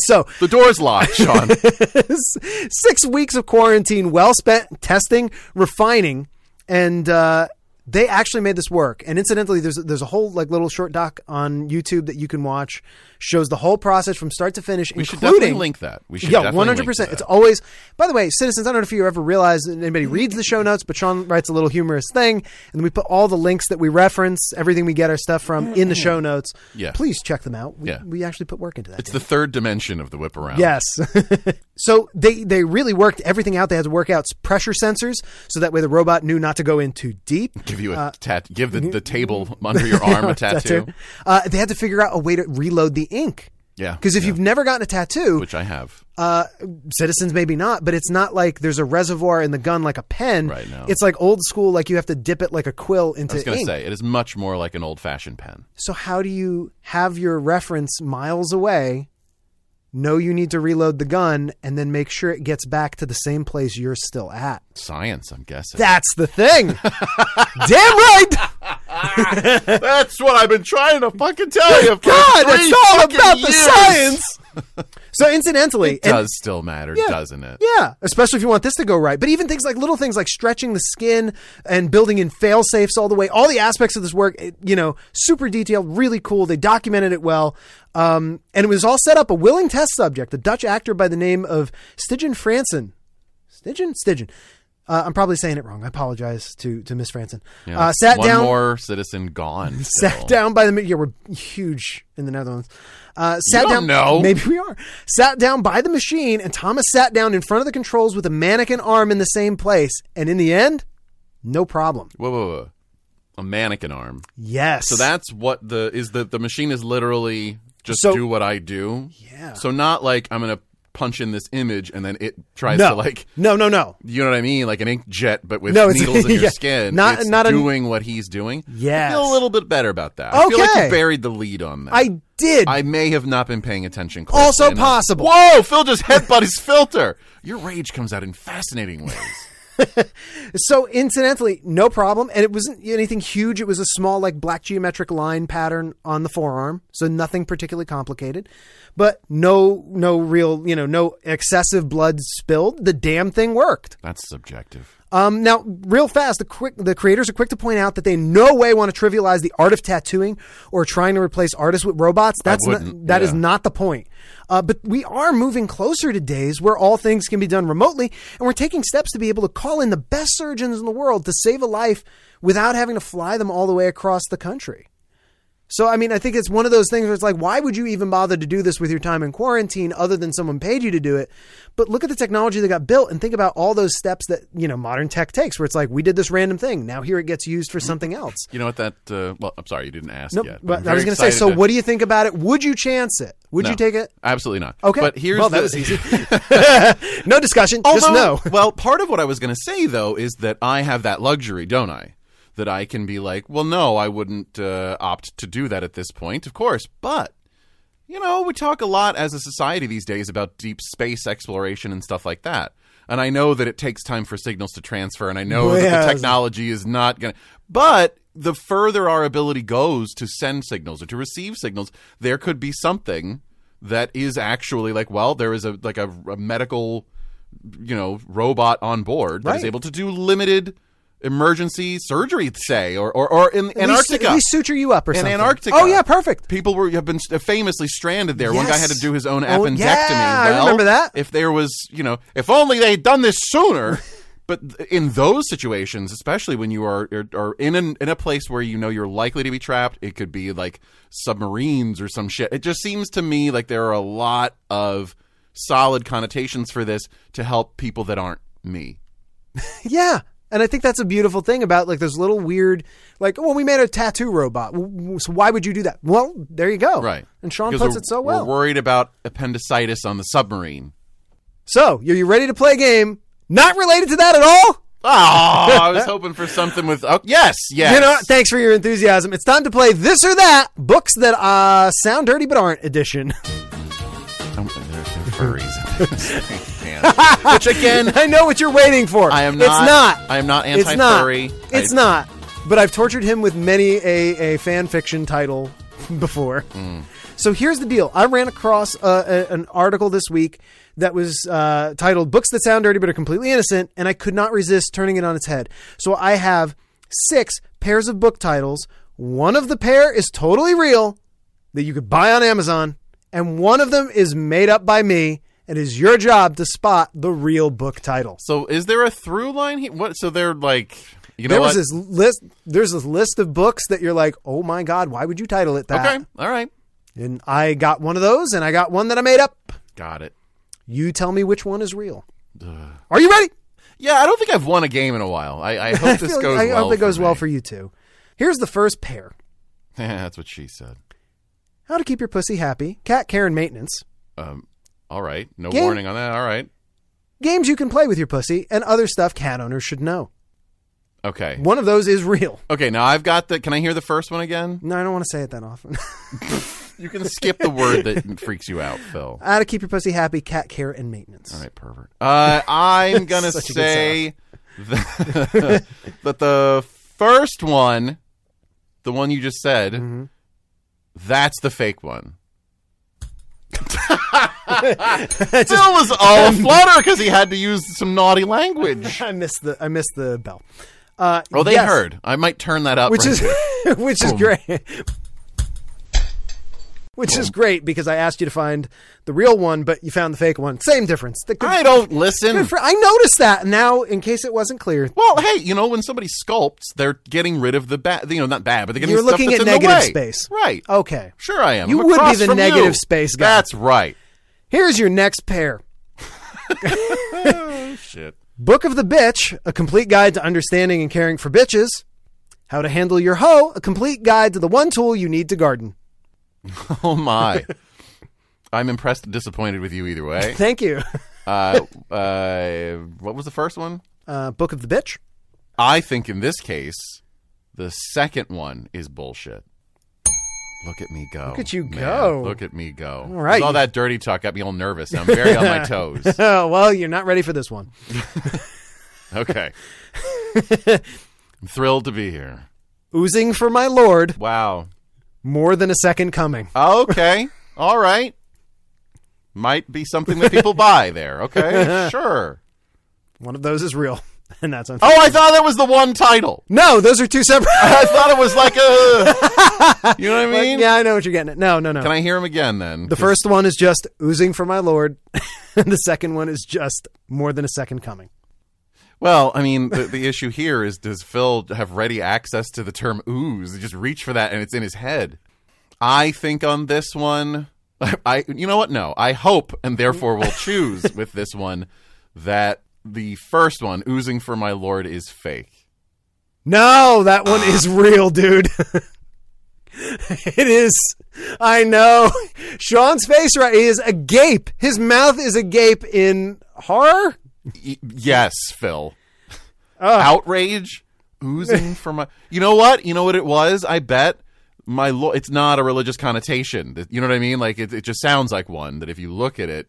Speaker 2: so,
Speaker 1: The door's locked, Sean.
Speaker 2: six weeks of quarantine well spent testing, refining, and uh, they actually made this work. And incidentally, there's there's a whole like little short doc on YouTube that you can watch shows the whole process from start to finish,
Speaker 1: We should definitely
Speaker 2: including
Speaker 1: link that. We should
Speaker 2: yeah,
Speaker 1: definitely
Speaker 2: one
Speaker 1: link
Speaker 2: hundred percent.
Speaker 1: that.
Speaker 2: It's always. By the way, citizens, I don't know if you ever realize that anybody reads the show notes, but Sean writes a little humorous thing, and we put all the links that we reference, everything we get our stuff from, in the show notes.
Speaker 1: Yeah.
Speaker 2: please check them out. We,
Speaker 1: Yeah.
Speaker 2: we actually put work into that.
Speaker 1: It's the third dimension of the whip around.
Speaker 2: Yes. so they they really worked everything out. They had to work out pressure sensors so that way the robot knew not to go in too deep.
Speaker 1: Give you a tat. Give the, the table under your arm a tattoo.
Speaker 2: Uh, they had to figure out a way to reload the ink.
Speaker 1: Yeah,
Speaker 2: Because if
Speaker 1: yeah.
Speaker 2: you've never gotten a tattoo,
Speaker 1: which I have.
Speaker 2: uh, citizens maybe not, but it's not like there's a reservoir in the gun like a pen.
Speaker 1: Right, no.
Speaker 2: It's like old school, like you have to dip it like a quill into
Speaker 1: I was going to
Speaker 2: ink.
Speaker 1: say it is much more like an old-fashioned pen.
Speaker 2: So how do you have your reference miles away? Know you need to reload the gun and then make sure it gets back to the same place you're still at.
Speaker 1: Science, I'm guessing.
Speaker 2: That's the thing. Damn right.
Speaker 1: That's what I've been trying to fucking tell you. For
Speaker 2: God,
Speaker 1: three
Speaker 2: it's all
Speaker 1: fucking
Speaker 2: about the
Speaker 1: years.
Speaker 2: science. So incidentally,
Speaker 1: Does
Speaker 2: and-
Speaker 1: still matter,
Speaker 2: Yeah.
Speaker 1: doesn't it?
Speaker 2: yeah, especially if you want this to go right. But even things like little things like stretching the skin and building in fail safes all the way, all the aspects of this work, it- you know, super detailed, really cool. They documented it well. Um, and it was all set up a willing test subject, a Dutch actor by the name of Stigen Franson. Stigen? Stigen. Uh, I'm probably saying it wrong. I apologize to, to Miss Franson. uh, sat
Speaker 1: One
Speaker 2: down.
Speaker 1: more citizen gone.
Speaker 2: sat
Speaker 1: still.
Speaker 2: down by the ma- yeah we're huge in the Netherlands. Uh, sat
Speaker 1: don't
Speaker 2: down.
Speaker 1: know.
Speaker 2: Maybe we are. Sat down by the machine, and Thomas sat down in front of the controls with a mannequin arm in the same place. And in the end, no problem.
Speaker 1: Whoa, whoa, whoa! A mannequin arm.
Speaker 2: Yes.
Speaker 1: So that's what the is the the machine is literally just
Speaker 2: So-
Speaker 1: do what I do.
Speaker 2: Yeah.
Speaker 1: So not like I'm gonna punch in this image and then it tries
Speaker 2: no.
Speaker 1: to like
Speaker 2: no, no, no.
Speaker 1: you know what I mean, like an inkjet, but with
Speaker 2: No, it's-
Speaker 1: needles in your
Speaker 2: yeah.
Speaker 1: skin.
Speaker 2: Not-
Speaker 1: it's
Speaker 2: not a-
Speaker 1: doing what he's doing. I
Speaker 2: Yes.
Speaker 1: feel a little bit better about that. I feel like
Speaker 2: Okay.
Speaker 1: you buried the lead on that.
Speaker 2: I did.
Speaker 1: I may have not been paying attention. Closely
Speaker 2: Also
Speaker 1: enough.
Speaker 2: possible.
Speaker 1: Whoa! Phil just headbutt his filter. Your rage comes out in fascinating ways.
Speaker 2: so incidentally, no problem. And it wasn't anything huge. It was a small, like black geometric line pattern on the forearm. So nothing particularly complicated, but no, no real, you know, no excessive blood spilled. The damn thing worked.
Speaker 1: That's subjective.
Speaker 2: Um, now, real fast, the quick the creators are quick to point out that they in no way want to trivialize the art of tattooing or trying to replace artists with robots. That's not,
Speaker 1: wouldn't,
Speaker 2: that is
Speaker 1: yeah.
Speaker 2: not the point. Uh, but we are moving closer to days where all things can be done remotely, and we're taking steps to be able to call in the best surgeons in the world to save a life without having to fly them all the way across the country. So, I mean, I think it's one of those things where it's like, why would you even bother to do this with your time in quarantine other than someone paid you to do it? But look at the technology that got built and think about all those steps that, you know, modern tech takes where it's like, we did this random thing. Now here it gets used for something else.
Speaker 1: You know what that? Uh, well, I'm sorry, you didn't ask
Speaker 2: Nope.
Speaker 1: yet. I'm
Speaker 2: but I
Speaker 1: very
Speaker 2: was going to say,
Speaker 1: excited
Speaker 2: so
Speaker 1: to-
Speaker 2: what do you think about it? Would you chance it? Would you
Speaker 1: No.
Speaker 2: take it?
Speaker 1: Absolutely not.
Speaker 2: Okay.
Speaker 1: But here's
Speaker 2: well,
Speaker 1: the,
Speaker 2: that was easy. no discussion. just
Speaker 1: Although-
Speaker 2: no.
Speaker 1: well, part of what I was going to say though is that I have that luxury, don't I? That I can be like, well, no, I wouldn't uh, opt to do that at this point, of course. But you know, we talk a lot as a society these days about deep space exploration and stuff like that. And I know that it takes time for signals to transfer, and I know that
Speaker 2: Yes.
Speaker 1: the technology is not going to. But the further our ability goes to send signals or to receive signals, there could be something that is actually like, well, there is a like a, a medical, you know, robot on board that is
Speaker 2: Right.
Speaker 1: able to do limited emergency surgery, say, or or, or in
Speaker 2: At least-
Speaker 1: Antarctica.
Speaker 2: At least suture you up or
Speaker 1: In
Speaker 2: something.
Speaker 1: Antarctica.
Speaker 2: Oh, yeah, perfect.
Speaker 1: People were have been famously stranded there. One guy
Speaker 2: Yes.
Speaker 1: had to do his own
Speaker 2: Oh,
Speaker 1: appendectomy.
Speaker 2: yeah, I
Speaker 1: well,
Speaker 2: remember that.
Speaker 1: If there was, you know, if only they had done this sooner. but th- in those situations, especially when you are are, are in an, in a place where you know you're likely to be trapped, it could be like submarines or some shit. It just seems to me like there are a lot of solid connotations for this to help people that aren't me.
Speaker 2: Yeah. And I think that's a beautiful thing about like those little weird, like, well, we made a tattoo robot. W- w- So why would you do that? Well, there you go.
Speaker 1: Right.
Speaker 2: And Sean
Speaker 1: Because
Speaker 2: puts
Speaker 1: we're-
Speaker 2: it so
Speaker 1: We're
Speaker 2: well.
Speaker 1: worried about appendicitis on the submarine.
Speaker 2: So, are you ready to play a game not related to that at all?
Speaker 1: Oh, I was hoping for something with. Oh, yes, yes.
Speaker 2: You know, what? thanks for your enthusiasm. It's time to play this or that books that uh, sound dirty but aren't edition.
Speaker 1: Um, they're, they're furries. Man. Which again,
Speaker 2: I know what you're waiting for.
Speaker 1: I am
Speaker 2: It's
Speaker 1: not.
Speaker 2: not.
Speaker 1: I am not
Speaker 2: it's not.
Speaker 1: anti-furry.
Speaker 2: It's
Speaker 1: I-
Speaker 2: not. But I've tortured him with many a, a fan fiction title before.
Speaker 1: Hmm.
Speaker 2: So here's the deal. I ran across uh, a, an article this week that was uh, titled "Books That Sound Dirty But Are Completely Innocent," and I could not resist turning it on its head. So I have six pairs of book titles. One of the pair is totally real that you could buy on Amazon, and one of them is made up by me. It is your job to spot the real book title.
Speaker 1: So, is there a through line? Here? What? So they're like, you know
Speaker 2: there
Speaker 1: what?
Speaker 2: was this list. There's this list of books that you're like, oh my god, why would you title it that?
Speaker 1: okay, all right,
Speaker 2: And I got one of those, and I got one that I made up.
Speaker 1: got it.
Speaker 2: You tell me which one is real. Are you ready?
Speaker 1: Yeah, I don't think I've won a game in a while. I, I hope this
Speaker 2: I feel-
Speaker 1: goes.
Speaker 2: I
Speaker 1: well
Speaker 2: hope it goes
Speaker 1: for
Speaker 2: well
Speaker 1: me.
Speaker 2: for you too. Here's the first pair:
Speaker 1: That's what she said.
Speaker 2: How to keep your pussy happy, cat care and maintenance,
Speaker 1: Um, all right, no
Speaker 2: Game-
Speaker 1: warning on that. All right,
Speaker 2: games you can play with your pussy, and other stuff cat owners should know.
Speaker 1: okay,
Speaker 2: One of those is real.
Speaker 1: okay. Now I've got the. Can I hear the first one again?
Speaker 2: No, I don't want to say it that often.
Speaker 1: You can skip the word that freaks you out, Phil.
Speaker 2: How to keep your pussy happy, cat care and maintenance.
Speaker 1: All right, pervert. Uh, I'm gonna
Speaker 2: Such a good
Speaker 1: say that, that the first one, the one you just said,
Speaker 2: Mm-hmm.
Speaker 1: that's the fake one. Phil was all aflutter because he had to use some naughty language.
Speaker 2: I missed the I missed the bell. Uh,
Speaker 1: Oh, they
Speaker 2: yes.
Speaker 1: heard. I might turn that up.
Speaker 2: which
Speaker 1: right
Speaker 2: is
Speaker 1: here.
Speaker 2: which is great. Which is great because I asked you to find the real one, but you found the fake one. Same difference. The good-
Speaker 1: I don't listen.
Speaker 2: good for- I noticed that now. In case it wasn't clear,
Speaker 1: Well, hey, you know when somebody sculpts, they're getting rid of the bad. You know, not bad, but they're getting
Speaker 2: you're
Speaker 1: stuff
Speaker 2: looking
Speaker 1: that's
Speaker 2: at
Speaker 1: in the
Speaker 2: negative
Speaker 1: way.
Speaker 2: space.
Speaker 1: Right.
Speaker 2: Okay.
Speaker 1: Sure, I am.
Speaker 2: You
Speaker 1: I'm
Speaker 2: would be
Speaker 1: across
Speaker 2: the
Speaker 1: from
Speaker 2: negative
Speaker 1: you.
Speaker 2: space guy.
Speaker 1: That's right.
Speaker 2: Here's your next pair:
Speaker 1: Shit.
Speaker 2: Book of the Bitch, a complete guide to understanding and caring for bitches. How to handle your hoe, a complete guide to the one tool you need to garden.
Speaker 1: Oh my. I'm impressed and disappointed with you either way.
Speaker 2: Thank you.
Speaker 1: Uh, uh, what was the first one?
Speaker 2: Uh, Book of the Bitch.
Speaker 1: I think in this case, the second one is bullshit. Look at me go. Look
Speaker 2: at you go.
Speaker 1: Look at me go. All
Speaker 2: right.
Speaker 1: all that dirty talk got me all nervous. I'm very on my toes.
Speaker 2: Oh well, you're not ready for this one.
Speaker 1: Okay. I'm thrilled to be here.
Speaker 2: Oozing for my lord,
Speaker 1: Wow.
Speaker 2: more than a second coming.
Speaker 1: Okay. All right. Might be something that people buy there. Okay. Sure.
Speaker 2: One of those is real, and that's unfair.
Speaker 1: Oh, I thought that was the one title.
Speaker 2: no, those are two separate.
Speaker 1: I thought it was like a. You know what I mean?
Speaker 2: yeah, I know what you're getting at. No, no, no.
Speaker 1: Can I hear him again then?
Speaker 2: the first one is just oozing for my lord, and the second one is just more than a second coming.
Speaker 1: well, I mean, the, the issue here is does Phil have ready access to the term ooze? Just reach for that and it's in his head. I think on this one, I you know what? No, I hope and therefore will choose with this one that the first one, oozing for my lord, is fake.
Speaker 2: No, that one is real, dude. it is. I know. Sean's face right he is agape. His mouth is agape in horror.
Speaker 1: Y- yes, Phil. Outrage oozing from my. You know what? You know what it was. I bet my. Lo- it's not a religious connotation. That- You know what I mean? Like it, it just sounds like one. That if you look at it,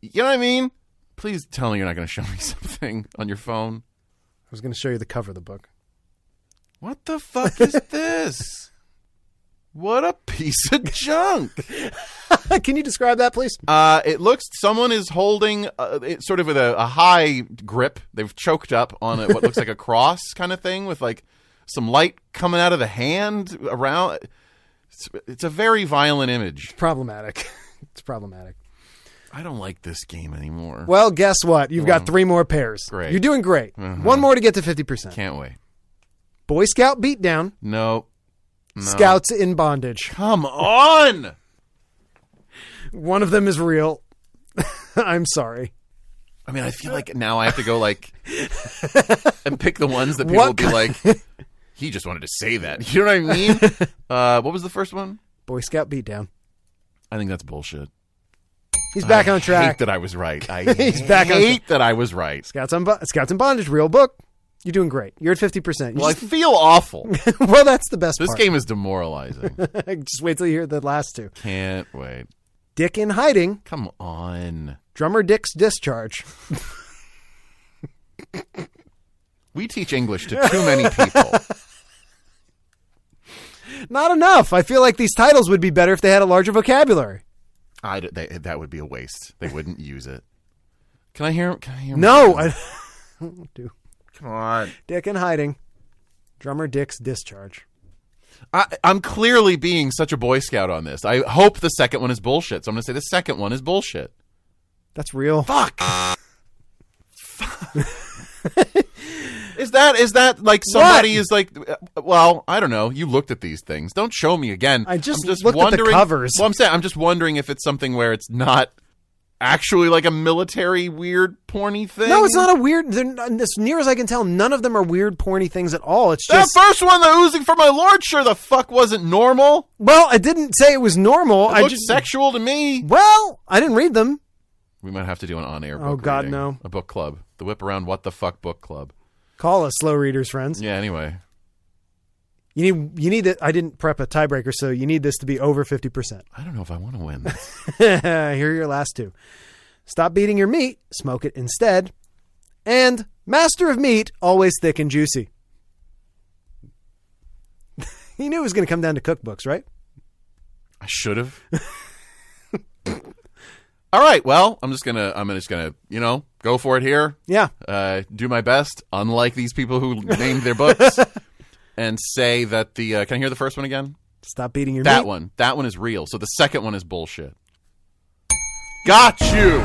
Speaker 1: you know what I mean. Please tell me you're not going to show me something on your phone.
Speaker 2: I was going to show you the cover of the book.
Speaker 1: What the fuck is this? What a piece of junk!
Speaker 2: Can you describe that, please?
Speaker 1: Uh, it looks someone is holding uh, it sort of with a, a high grip. They've choked up on a, what looks like a cross kind of thing with like some light coming out of the hand around. It's, it's a very violent image.
Speaker 2: Problematic. it's problematic.
Speaker 1: I don't like this game anymore.
Speaker 2: Well, guess what? You've got three more pairs.
Speaker 1: Great. Mm-hmm.
Speaker 2: You're doing great. One more to get to 50%.
Speaker 1: Can't wait.
Speaker 2: Boy Scout beatdown,
Speaker 1: No.
Speaker 2: Scouts in bondage.
Speaker 1: Come on.
Speaker 2: One of them is real. I'm sorry.
Speaker 1: I mean, I feel like now I have to go like and pick the ones that people
Speaker 2: What
Speaker 1: will be like. He just wanted to say that. You know what I mean? Uh, what was the first one?
Speaker 2: Boy Scout beatdown.
Speaker 1: I think that's bullshit.
Speaker 2: He's back on
Speaker 1: I hate
Speaker 2: track.
Speaker 1: that I was right. I
Speaker 2: He's back on
Speaker 1: hate that I was right.
Speaker 2: Scouts on bo- Scouts in bondage, real book. You're doing great. You're at 50%. You
Speaker 1: Well, I feel awful.
Speaker 2: just- well, that's the best
Speaker 1: This
Speaker 2: part.
Speaker 1: game is demoralizing.
Speaker 2: just wait till you hear the last two.
Speaker 1: Can't wait.
Speaker 2: Dick in hiding,
Speaker 1: Come on.
Speaker 2: drummer Dick's discharge.
Speaker 1: We teach English to too many people.
Speaker 2: Not enough. I feel like these titles would be better if they had a larger vocabulary.
Speaker 1: I d- they, that would be a waste. They wouldn't use it. Can I hear? Can I hear?
Speaker 2: No, I do.
Speaker 6: Come on.
Speaker 2: Dick in hiding, drummer Dick's discharge.
Speaker 1: I, I'm clearly being such a boy scout on this. I hope the second one is bullshit. So I'm going to say the second one is bullshit.
Speaker 2: That's real.
Speaker 1: Fuck. is that is that like somebody is like? uh, Well, I don't know. You looked at these things. Don't show me again.
Speaker 2: I just
Speaker 1: I'm just
Speaker 2: looked at the
Speaker 1: wondering,
Speaker 2: covers.
Speaker 1: Well, I'm saying I'm just wondering if it's something where it's not actually like a military weird porny thing.
Speaker 2: No, it's not a weird. they're n- As near as I can tell, none of them are weird, porny things at all. It's
Speaker 1: That
Speaker 2: just
Speaker 1: first one, the oozing for my lord, sure the fuck wasn't normal.
Speaker 2: well, I didn't say it was normal.
Speaker 1: It
Speaker 2: Oh, I
Speaker 1: looked
Speaker 2: just
Speaker 1: sexual to me.
Speaker 2: well, I didn't read them.
Speaker 1: We might have to do an on-air.
Speaker 2: Oh,
Speaker 1: book
Speaker 2: God,
Speaker 1: reading.
Speaker 2: no.
Speaker 1: A book club, the whip around, what the fuck book club.
Speaker 2: Call us slow readers, friends.
Speaker 1: Yeah. Anyway,
Speaker 2: You need you need that. I didn't prep a tiebreaker, so you need this to be over fifty percent.
Speaker 1: I don't know if I want to win. this.
Speaker 2: Here are your last two. Stop beating your meat, smoke it instead. And master of meat, always thick and juicy. you knew it was going to come down to cookbooks, right?
Speaker 1: I should have. All right. Well, I'm just gonna. I'm just gonna. You know, go for it here.
Speaker 2: Yeah.
Speaker 1: Uh, do my best. Unlike these people who named their books. And say that the uh, can I hear the first one again?
Speaker 2: Stop beating your meat.
Speaker 1: That one, that one is real. So the second one is bullshit. Got you.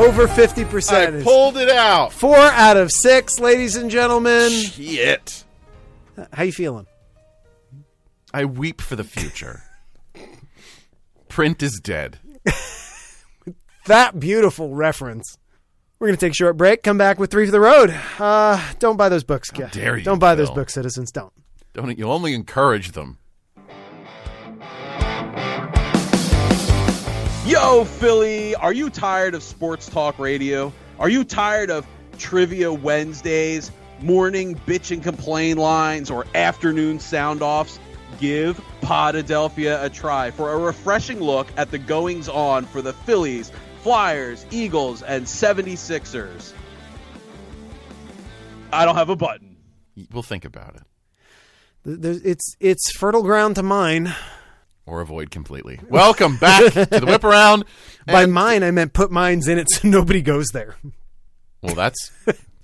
Speaker 2: Over 50%.
Speaker 1: I
Speaker 2: It's
Speaker 1: pulled it out.
Speaker 2: Four out of six, ladies and gentlemen.
Speaker 1: Shit.
Speaker 2: How you feeling?
Speaker 1: I weep for the future. Print is dead.
Speaker 2: That beautiful reference. We're going to take a short break, come back with three for the road. Uh, don't buy those books. How
Speaker 1: dare you,
Speaker 2: Don't buy those
Speaker 1: Phil.
Speaker 2: books, citizens. Don't.
Speaker 1: Don't you'll only encourage them.
Speaker 4: Yo, Philly, are you tired of sports talk radio? Are you tired of trivia Wednesdays, morning bitch and complain lines, or afternoon sound offs? Give Podadelphia a try for a refreshing look at the goings on for the Phillies, Flyers, Eagles, and 76ers. I don't have a button.
Speaker 1: We'll think about it.
Speaker 2: Th- there's- It's, it's fertile ground to mine.
Speaker 1: Or avoid completely. Welcome back to the whip around.
Speaker 2: By mine, I meant put mines in it so nobody goes there.
Speaker 1: Well, that's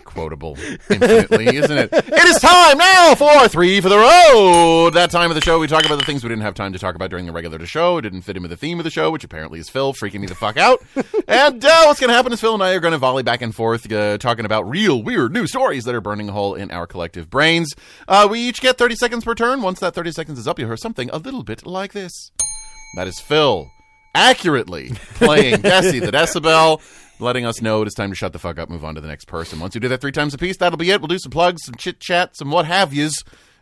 Speaker 1: quotable infinitely, isn't it? It is time now for Three for the Road. That time of the show, we talk about the things we didn't have time to talk about during the regular show. It didn't fit in with the theme of the show, which apparently is Phil freaking me the fuck out. and uh, what's going to happen is Phil and I are going to volley back and forth uh, talking about real, weird news stories that are burning a hole in our collective brains. Uh, we each get 30 seconds per turn. Once that 30 seconds is up, you'll hear something a little bit like this. That is Phil accurately playing Desi the Decibel, letting us know it is time to shut the fuck up, move on to the next person. Once you do that three times a piece, that'll be it. We'll do some plugs, some chit chat, some what have yous.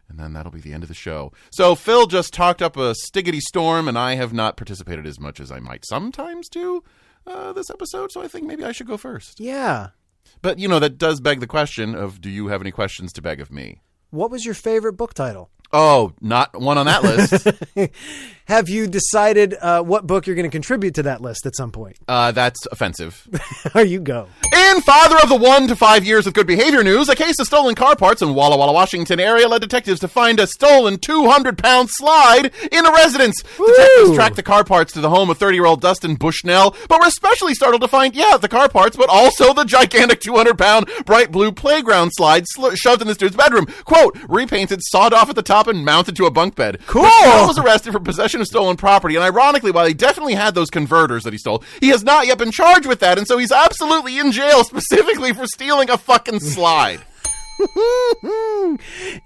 Speaker 1: And then that'll be the end of the show. So Phil just talked up a stiggity storm, and I have not participated as much as I might sometimes do uh, this episode. So I think maybe I should go first.
Speaker 2: Yeah.
Speaker 1: But you know that does beg the question of: Do you have any questions to beg of me?
Speaker 2: What was your favorite book title?
Speaker 1: Oh, not one on that list.
Speaker 2: Have you decided uh, what book you're going to contribute to that list at some point?
Speaker 1: uh, that's offensive.
Speaker 2: There you go.
Speaker 1: In Father of the One to Five Years of Good Behavior News, a case of stolen car parts in Walla Walla, Washington area led detectives to find a stolen 200 pound slide in a residence. Detectives tracked the car parts to the home of 30 year old Dustin Bushnell, but were especially startled to find, yeah, the car parts, but also the gigantic 200 pound bright blue playground slide sl- shoved in this dude's bedroom. Quote, repainted, sawed off at the top, and mounted to a bunk bed. Cool! Bushnell was arrested for possession of stolen property, and ironically, while he definitely had those converters that he stole, he has not yet been charged with that, and so he's absolutely in jail specifically for stealing a fucking slide.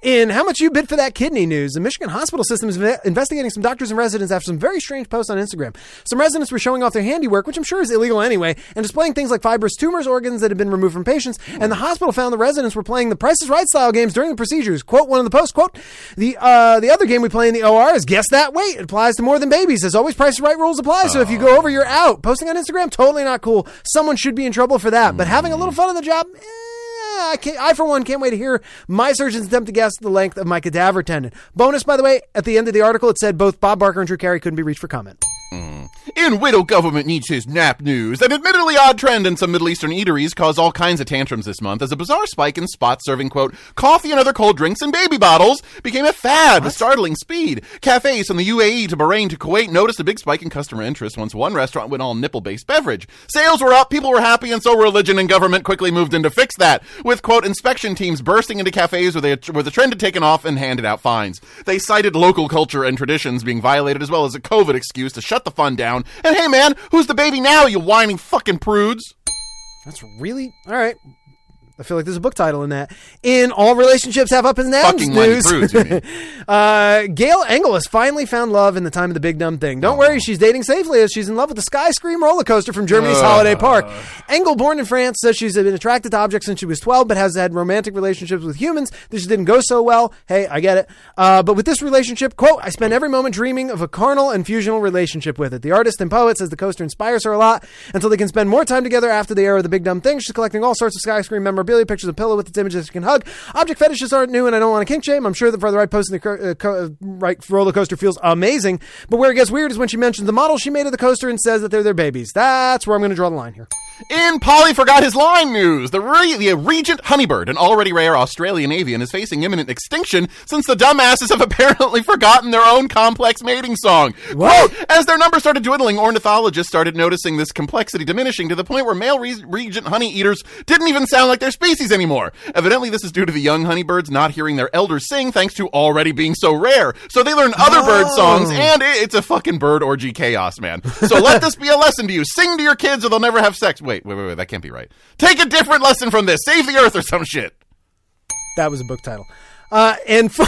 Speaker 2: In How Much You Bid for That Kidney News, the Michigan hospital system is inve- investigating some doctors and residents after some very strange posts on Instagram. Some residents were showing off their handiwork, which I'm sure is illegal anyway, and displaying things like fibrous tumors, organs that had been removed from patients, and the hospital found the residents were playing the Price is Right style games during the procedures. Quote one of the posts, quote, the, uh, the other game we play in the OR is Guess That Weight. It applies to more than babies. As always, Price is Right rules apply, so if you go over, you're out. Posting on Instagram, totally not cool. Someone should be in trouble for that, but having a little fun on the job, eh, I, can't, I for one can't wait to hear my surgeon's attempt to guess the length of my cadaver tendon. Bonus, by the way, at the end of the article, it said both Bob Barker and Drew Carey couldn't be reached for comment.
Speaker 1: In Widow Government Needs His Nap News, an admittedly odd trend in some Middle Eastern eateries caused all kinds of tantrums this month as a bizarre spike in spots serving, quote, coffee and other cold drinks in baby bottles became a fad with startling speed. Cafes from the UAE to Bahrain to Kuwait noticed a big spike in customer interest once one restaurant went all nipple based beverage. Sales were up, people were happy, and so religion and government quickly moved in to fix that, with, quote, inspection teams bursting into cafes where, they, where the trend had taken off and handed out fines. They cited local culture and traditions being violated as well as a COVID excuse to shut the fun down. And hey, man, who's the baby now, you whining fucking prudes?
Speaker 2: That's really all right. I feel like there's a book title in that. In all relationships have up and downs
Speaker 1: Fucking whining
Speaker 2: news.
Speaker 1: prudes, you mean.
Speaker 2: Uh, Gail Engel has finally found love in the time of the big dumb thing. Don't worry, she's dating safely as she's in love with the Sky Scream roller coaster from Germany's Holiday Park. Engel, born in France, says she's been attracted to objects since she was 12, but has had romantic relationships with humans. This didn't go so well. Hey, I get it. Uh, but with this relationship, quote, I spend every moment dreaming of a carnal and fusional relationship with it. The artist and poet says the coaster inspires her a lot until they can spend more time together after the era of the big dumb thing. She's collecting all sorts of Sky Scream memorabilia, pictures of pillow with its images she can hug. Object fetishes aren't new, and I don't want to kink shame. I'm sure that for the right post in the cur- uh, co- uh, right roller coaster feels amazing. But where it gets weird is when she mentions the model she made of the coaster and says that they're their babies. That's where I'm going to draw the line here.
Speaker 1: In Polly Forgot His Line news, the, re- the Regent Honeybird, an already rare Australian avian, is facing imminent extinction since the dumbasses have apparently forgotten their own complex mating song.
Speaker 2: What?
Speaker 1: Quote, as their numbers started dwindling, ornithologists started noticing this complexity diminishing to the point where male re- Regent honey eaters didn't even sound like their species anymore. Evidently, this is due to the young honeybirds not hearing their elders sing thanks to already being so rare. So they learn other bird songs, and it- it's a fucking bird orgy chaos, man. So let this be a lesson to you. Sing to your kids or they'll never have sex. Wait, wait, wait, wait. That can't be right. Take a different lesson from this. Save the earth or some shit.
Speaker 2: That was a book title. Uh, and fi-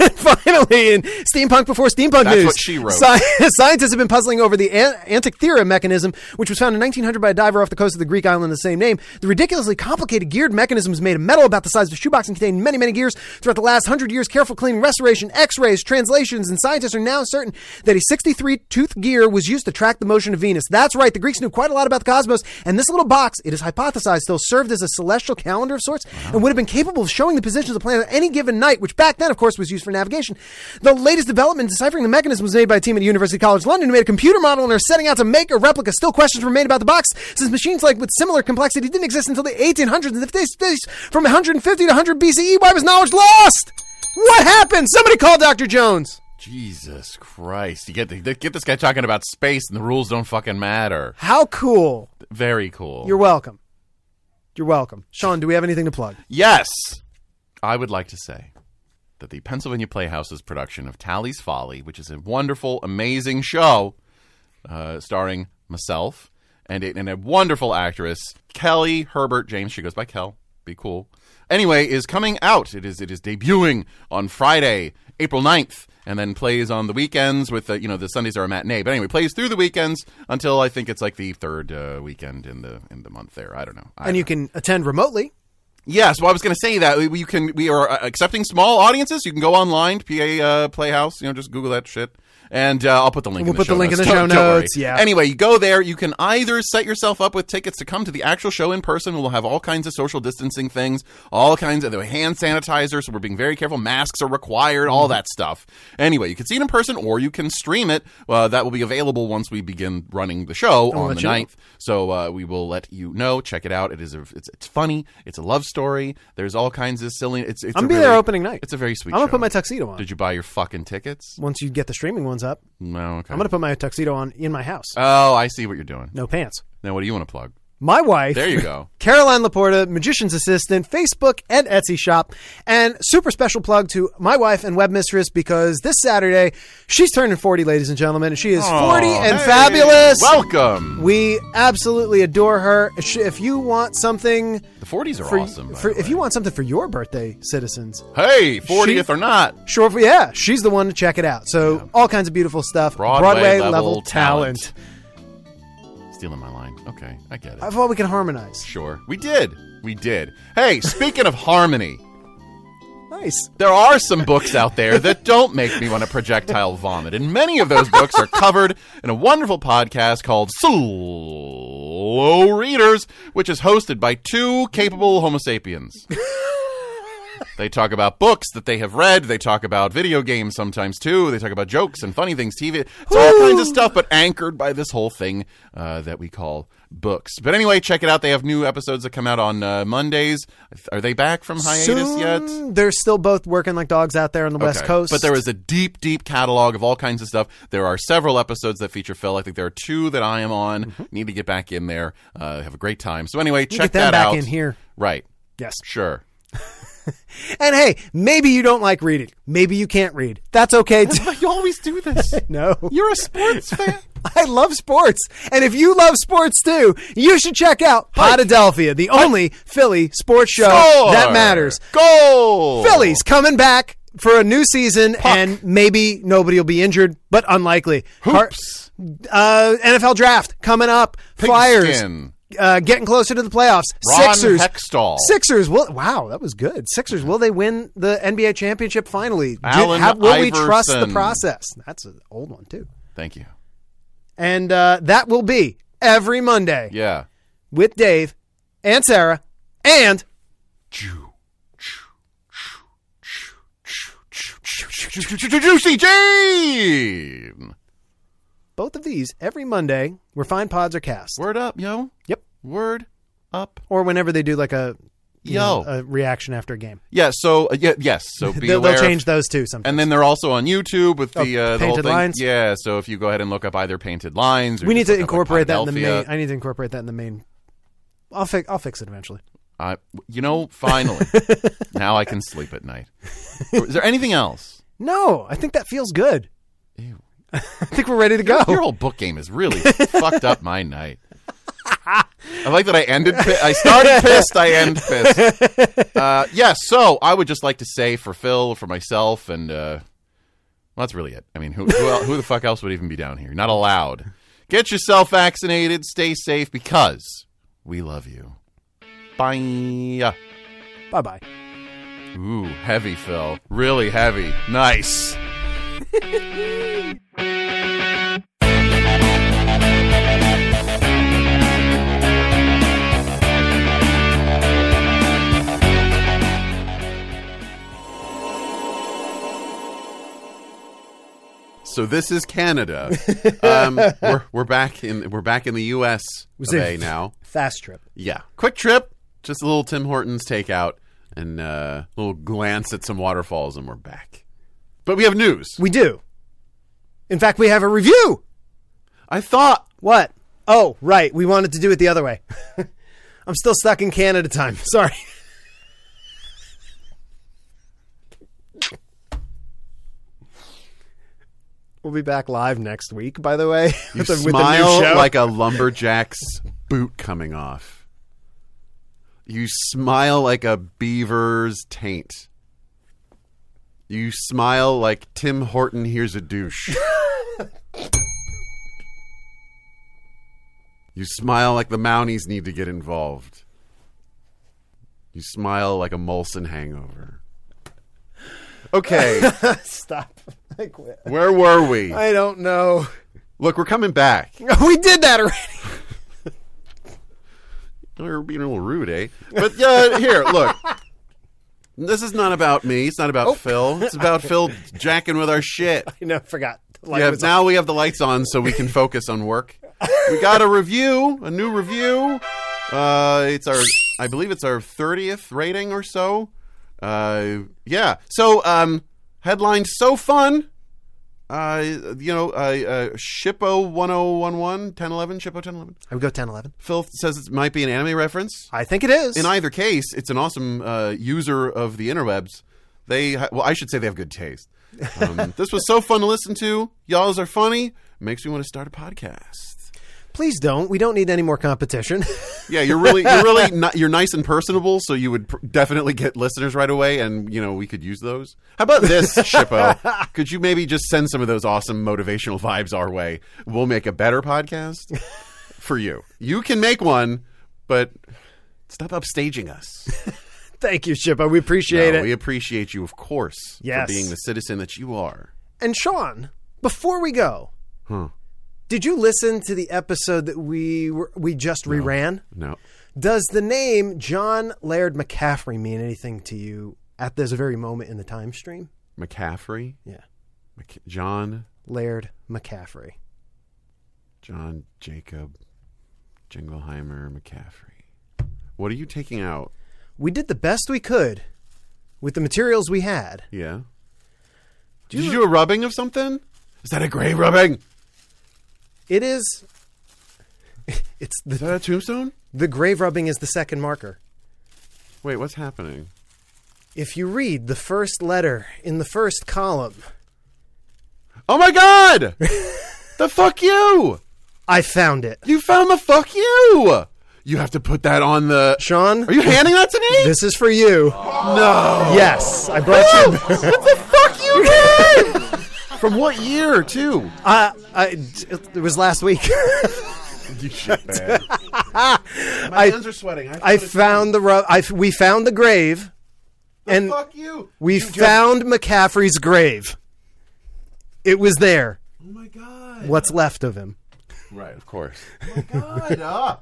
Speaker 2: finally, in steampunk before steampunk
Speaker 1: That's
Speaker 2: news,
Speaker 1: what she wrote.
Speaker 2: Sci- scientists have been puzzling over the an- Anticthera mechanism, which was found in 1900 by a diver off the coast of the Greek island of the same name. The ridiculously complicated geared mechanism is made of metal about the size of a shoebox and contained many, many gears. Throughout the last hundred years, careful cleaning, restoration, X-rays, translations, and scientists are now certain that a 63-tooth gear was used to track the motion of Venus. That's right. The Greeks knew quite a lot about the cosmos, and this little box, it is hypothesized, still served as a celestial calendar of sorts, and would have been capable of showing the positions of the planet at any given night, which back then, of course, was used for navigation. The latest development in deciphering the mechanism was made by a team at University College London who made a computer model and are setting out to make a replica. Still, questions remain about the box, since machines like with similar complexity didn't exist until the 1800s. And if they spaced from 150 to 100 BCE, E, why was knowledge lost? What happened? Somebody call Dr. Jones.
Speaker 1: Jesus Christ. You get, the, get this guy talking about space and the rules don't fucking matter.
Speaker 2: How cool.
Speaker 1: Very cool.
Speaker 2: You're welcome. You're welcome. Sean, do we have anything to plug?
Speaker 1: Yes. I would like to say that the Pennsylvania Playhouse's production of Tally's Folly, which is a wonderful, amazing show uh, starring myself and a, and a wonderful actress, Kelly Herbert James. She goes by Kel. Be cool. Anyway, is coming out. It is it is debuting on Friday, April 9th. And then plays on the weekends with the, you know the Sundays are a matinee, but anyway plays through the weekends until I think it's like the third uh, weekend in the in the month there. I don't know. I
Speaker 2: And you can attend remotely.
Speaker 1: Yes, well, I was going to say that we you can we are uh, accepting small audiences. You can go online, PA uh, Playhouse. You know, just Google that shit, and uh, I'll put the link.
Speaker 2: We'll
Speaker 1: in the
Speaker 2: put the
Speaker 1: show
Speaker 2: link in
Speaker 1: notes.
Speaker 2: the
Speaker 1: Don't-
Speaker 2: show
Speaker 1: don't worry.
Speaker 2: notes, yeah.
Speaker 1: Anyway, you go there. You can either set yourself up with tickets to come to the actual show in person. We'll have all kinds of social distancing things, all kinds of the hand sanitizer. So we're being very careful. Masks are required. All that stuff. Anyway, you can see it in person, or you can stream it. Uh, that will be available once we begin running the show on
Speaker 2: let
Speaker 1: the
Speaker 2: you know.
Speaker 1: 9th. So uh, we will let you know. Check it out. It is a, it's it's funny. It's a love story. There's all kinds of silly. It's it's.
Speaker 2: I'm
Speaker 1: a
Speaker 2: gonna be
Speaker 1: really-
Speaker 2: there opening night.
Speaker 1: It's a very sweet.
Speaker 2: I'm gonna
Speaker 1: show.
Speaker 2: put my tuxedo on.
Speaker 1: Did you buy your fucking tickets?
Speaker 2: Once you get the streaming ones up,
Speaker 1: No. Okay.
Speaker 2: I'm gonna put my tuxedo on in my house.
Speaker 1: Oh, I see what you're doing.
Speaker 2: no pants.
Speaker 1: Now, what do you want to plug?
Speaker 2: My wife.
Speaker 1: There you go.
Speaker 2: Caroline Laporta, magician's assistant, Facebook and Etsy shop, and super special plug to my wife and web mistress because this Saturday she's turning 40, ladies and gentlemen, and she is 40 and
Speaker 1: Oh, Hey,
Speaker 2: fabulous.
Speaker 1: Welcome.
Speaker 2: we absolutely adore her. Sh- If you want something
Speaker 1: The 40s are
Speaker 2: for,
Speaker 1: awesome. by
Speaker 2: for-
Speaker 1: the
Speaker 2: if
Speaker 1: way.
Speaker 2: you want something for your birthday, citizens,
Speaker 1: hey, 40th or not,
Speaker 2: Sure, for, yeah, she's the one to check it out. So all kinds of beautiful stuff.
Speaker 1: Broadway,
Speaker 2: level,
Speaker 1: level
Speaker 2: talent.
Speaker 1: talent. stealing my line. Okay, I get it.
Speaker 2: I thought we could harmonize.
Speaker 1: Sure, we did. We did. Hey, speaking of harmony.
Speaker 2: Nice.
Speaker 1: There are some books out there that don't make me want to projectile vomit, and many of those books are covered in a wonderful podcast called Soul Slow Readers, which is hosted by two capable Homo sapiens. they talk about books that they have read. They talk about video games sometimes too. They talk about jokes and funny things, TV, it's all kinds of stuff, but anchored by this whole thing uh, that we call books. But anyway, check it out. They have new episodes that come out on uh, Mondays. Are they back from hiatus
Speaker 2: Soon,
Speaker 1: yet?
Speaker 2: They're still both working like dogs out there on the West
Speaker 1: Okay.
Speaker 2: Coast.
Speaker 1: But there is a deep, deep catalog of all kinds of stuff. There are several episodes that feature Phil. I think there are two that I am on. Need to get back in there. Uh, have a great time. So anyway, check
Speaker 2: Mm-hmm. get them
Speaker 1: that
Speaker 2: back
Speaker 1: out.
Speaker 2: in here.
Speaker 1: Right.
Speaker 2: Yes.
Speaker 1: Sure.
Speaker 2: And hey, maybe you don't like reading. Maybe you can't read. That's okay. too.
Speaker 1: you always do this.
Speaker 2: no.
Speaker 1: You're a sports fan.
Speaker 2: I love sports. And if you love sports too, you should check out Potadelphia, the only Philly sports show that matters.
Speaker 1: Goal.
Speaker 2: Philly's coming back for a new season, and maybe nobody will be injured, but unlikely.
Speaker 1: Hoops.
Speaker 2: Har- uh, NFL draft coming up. Flyers
Speaker 1: Pigskin.
Speaker 2: uh, getting closer to the playoffs.
Speaker 1: Ron
Speaker 2: Sixers.
Speaker 1: Hextall.
Speaker 2: Sixers will. Wow, that was good. Sixers will they win the NBA championship finally? Did-
Speaker 1: Allen
Speaker 2: how- will we trust the
Speaker 1: Iverson.
Speaker 2: process? That's an old one too.
Speaker 1: Thank you.
Speaker 2: And uh, that will be every Monday
Speaker 1: Yeah.
Speaker 2: with Dave and Sarah and
Speaker 1: Juicy Jane.
Speaker 2: both of these every Monday where fine pods are cast.
Speaker 1: Word up, yo.
Speaker 2: Yep.
Speaker 1: Word up,
Speaker 2: Or whenever they do like a you
Speaker 1: yo.
Speaker 2: know, a reaction after a game.
Speaker 1: yeah. So uh, yeah, yes. So be
Speaker 2: They'll,
Speaker 1: aware.
Speaker 2: they'll
Speaker 1: of-
Speaker 2: change those too sometimes.
Speaker 1: And then they're also on YouTube with the,
Speaker 2: Oh,
Speaker 1: uh, the whole
Speaker 2: Painted
Speaker 1: thing.
Speaker 2: Lines?
Speaker 1: Yeah, so if you go ahead and look up either Painted Lines, or
Speaker 2: we need
Speaker 1: just
Speaker 2: to
Speaker 1: look up, like,
Speaker 2: incorporate that in the main.
Speaker 1: Philadelphia.
Speaker 2: I need to incorporate that in the main. I'll fix. I'll fix it eventually.
Speaker 1: I, Uh, you know, finally, now I can sleep at night. Is there anything else?
Speaker 2: No, I think that feels good.
Speaker 1: Ew.
Speaker 2: I think we're ready to go.
Speaker 1: Your whole book game is really fucked up my night. I like that I ended. Pi- I started pissed. I end pissed. Uh, yeah. So I would just like to say for Phil, for myself, and uh, well, that's really it. I mean, who who, el- who the fuck else would even be down here? Not allowed. Get yourself vaccinated. Stay safe because we love you. Bye.
Speaker 2: Bye bye.
Speaker 1: Ooh, heavy, Phil. Really heavy. Nice.
Speaker 7: So this is Canada. um, we're, we're back in we're back in the U.S.
Speaker 2: Was
Speaker 7: of
Speaker 2: it-
Speaker 7: A now.
Speaker 2: Fast trip.
Speaker 7: Yeah, quick trip, just a little Tim Hortons takeout and uh, a little glance at some waterfalls, and we're back. But we have news.
Speaker 2: We do. In fact, we have a review.
Speaker 7: I thought
Speaker 2: What? Oh, right. We wanted to do it the other way. I'm still stuck in Canada time. Sorry. We'll be back live next week, by the way.
Speaker 7: you smile like a lumberjack's boot coming off. You smile like a beaver's taint. You smile like Tim Horton here's a douche. you smile like the Mounties need to get involved. You smile like a Molson hangover. Okay,
Speaker 2: Stop. I quit.
Speaker 7: where were we?
Speaker 2: I don't know.
Speaker 7: Look, we're coming back.
Speaker 2: We did that already.
Speaker 7: You're being a little rude, eh? But uh, here, look. This is not about me. It's not about Phil. It's about Phil jacking with our shit.
Speaker 2: No, I forgot. The light
Speaker 7: We have,
Speaker 2: was
Speaker 7: now we have the lights on so we can focus on work. We got a review, a new review. Uh, it's our, I believe it's our 30th rating or so. Uh, yeah. So, um, headline so fun. Uh, you know, uh, uh, Shippo 1011, 1011, Shippo 1011.
Speaker 2: I would go 10 11.
Speaker 7: Phil says it might be an anime reference.
Speaker 2: I think it is.
Speaker 7: In either case, it's an awesome uh, user of the interwebs. They ha- well, I should say they have good taste. Um, this was so fun to listen to. Y'all's are funny. Makes me want to start a podcast.
Speaker 2: Please don't. We don't need any more competition.
Speaker 7: Yeah, you're really, you're really, not, you're nice and personable, so you would pr- definitely get listeners right away, and you know we could use those. How about this, Shippo? Could you maybe just send some of those awesome motivational vibes our way? We'll make a better podcast for you. You can make one, but stop upstaging us.
Speaker 2: Thank you, Shippa. We appreciate
Speaker 7: No,
Speaker 2: it.
Speaker 7: We appreciate you, of course,
Speaker 2: Yes.
Speaker 7: for being the citizen that you are.
Speaker 2: And Sean, before we go, Did you listen to the episode that we were, we just reran?
Speaker 1: No.
Speaker 2: Does the name John Laird McCaffrey mean anything to you at this very moment in the time stream?
Speaker 1: McCaffrey?
Speaker 2: Yeah.
Speaker 1: Mc- John?
Speaker 2: Laird McCaffrey.
Speaker 1: John Jacob Jingleheimer McCaffrey. What are you taking out?
Speaker 2: We did the best we could with the materials we had.
Speaker 1: Yeah. Did you do a rubbing of something? Is that a gray rubbing?
Speaker 2: It is it's the
Speaker 1: Is that a tombstone?
Speaker 2: the grave rubbing is the second marker.
Speaker 1: Wait, what's happening?
Speaker 2: If you read the first letter in the first column,
Speaker 1: Oh my god! the fuck you!
Speaker 2: I found it.
Speaker 1: You found the fuck you! You have to put that on the.
Speaker 2: Sean,
Speaker 1: Are you handing that to me?
Speaker 2: this is for you.
Speaker 1: no.
Speaker 2: Yes, I brought you.
Speaker 1: Fuck you, man! From what year, too?
Speaker 2: I, I, it was last week.
Speaker 1: You shit bag. My
Speaker 2: I-
Speaker 1: hands are sweating. I,
Speaker 2: I
Speaker 1: found it.
Speaker 2: found the ru- I, we found the grave, and
Speaker 1: fuck you. Oh
Speaker 2: we found McCaffrey's grave. It was there.
Speaker 1: Oh my god.
Speaker 2: What's left of him?
Speaker 1: Right, of course. God, ah.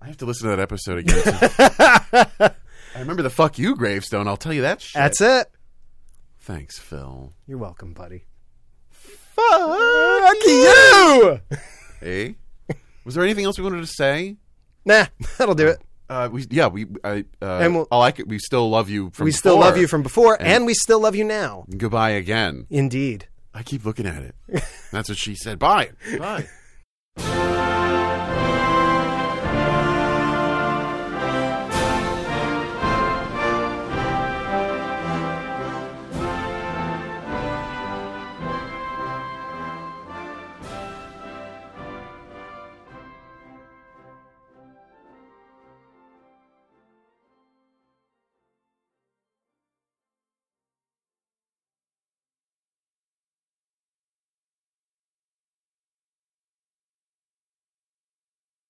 Speaker 1: I have to listen to that episode again. I remember the fuck you gravestone. I'll tell you that shit.
Speaker 2: That's it.
Speaker 1: Thanks, Phil.
Speaker 2: You're welcome, buddy.
Speaker 1: Fuck
Speaker 2: You.
Speaker 1: Hey, was there anything else we wanted to say?
Speaker 2: Nah, that'll do it.
Speaker 1: Uh, we yeah we I uh,
Speaker 2: And we'll-
Speaker 1: all I could, we still love you from
Speaker 2: We still
Speaker 1: before.
Speaker 2: love you from before, and we still love you now.
Speaker 1: goodbye again.
Speaker 2: Indeed.
Speaker 1: I keep looking at it. That's what she said. Bye. Bye.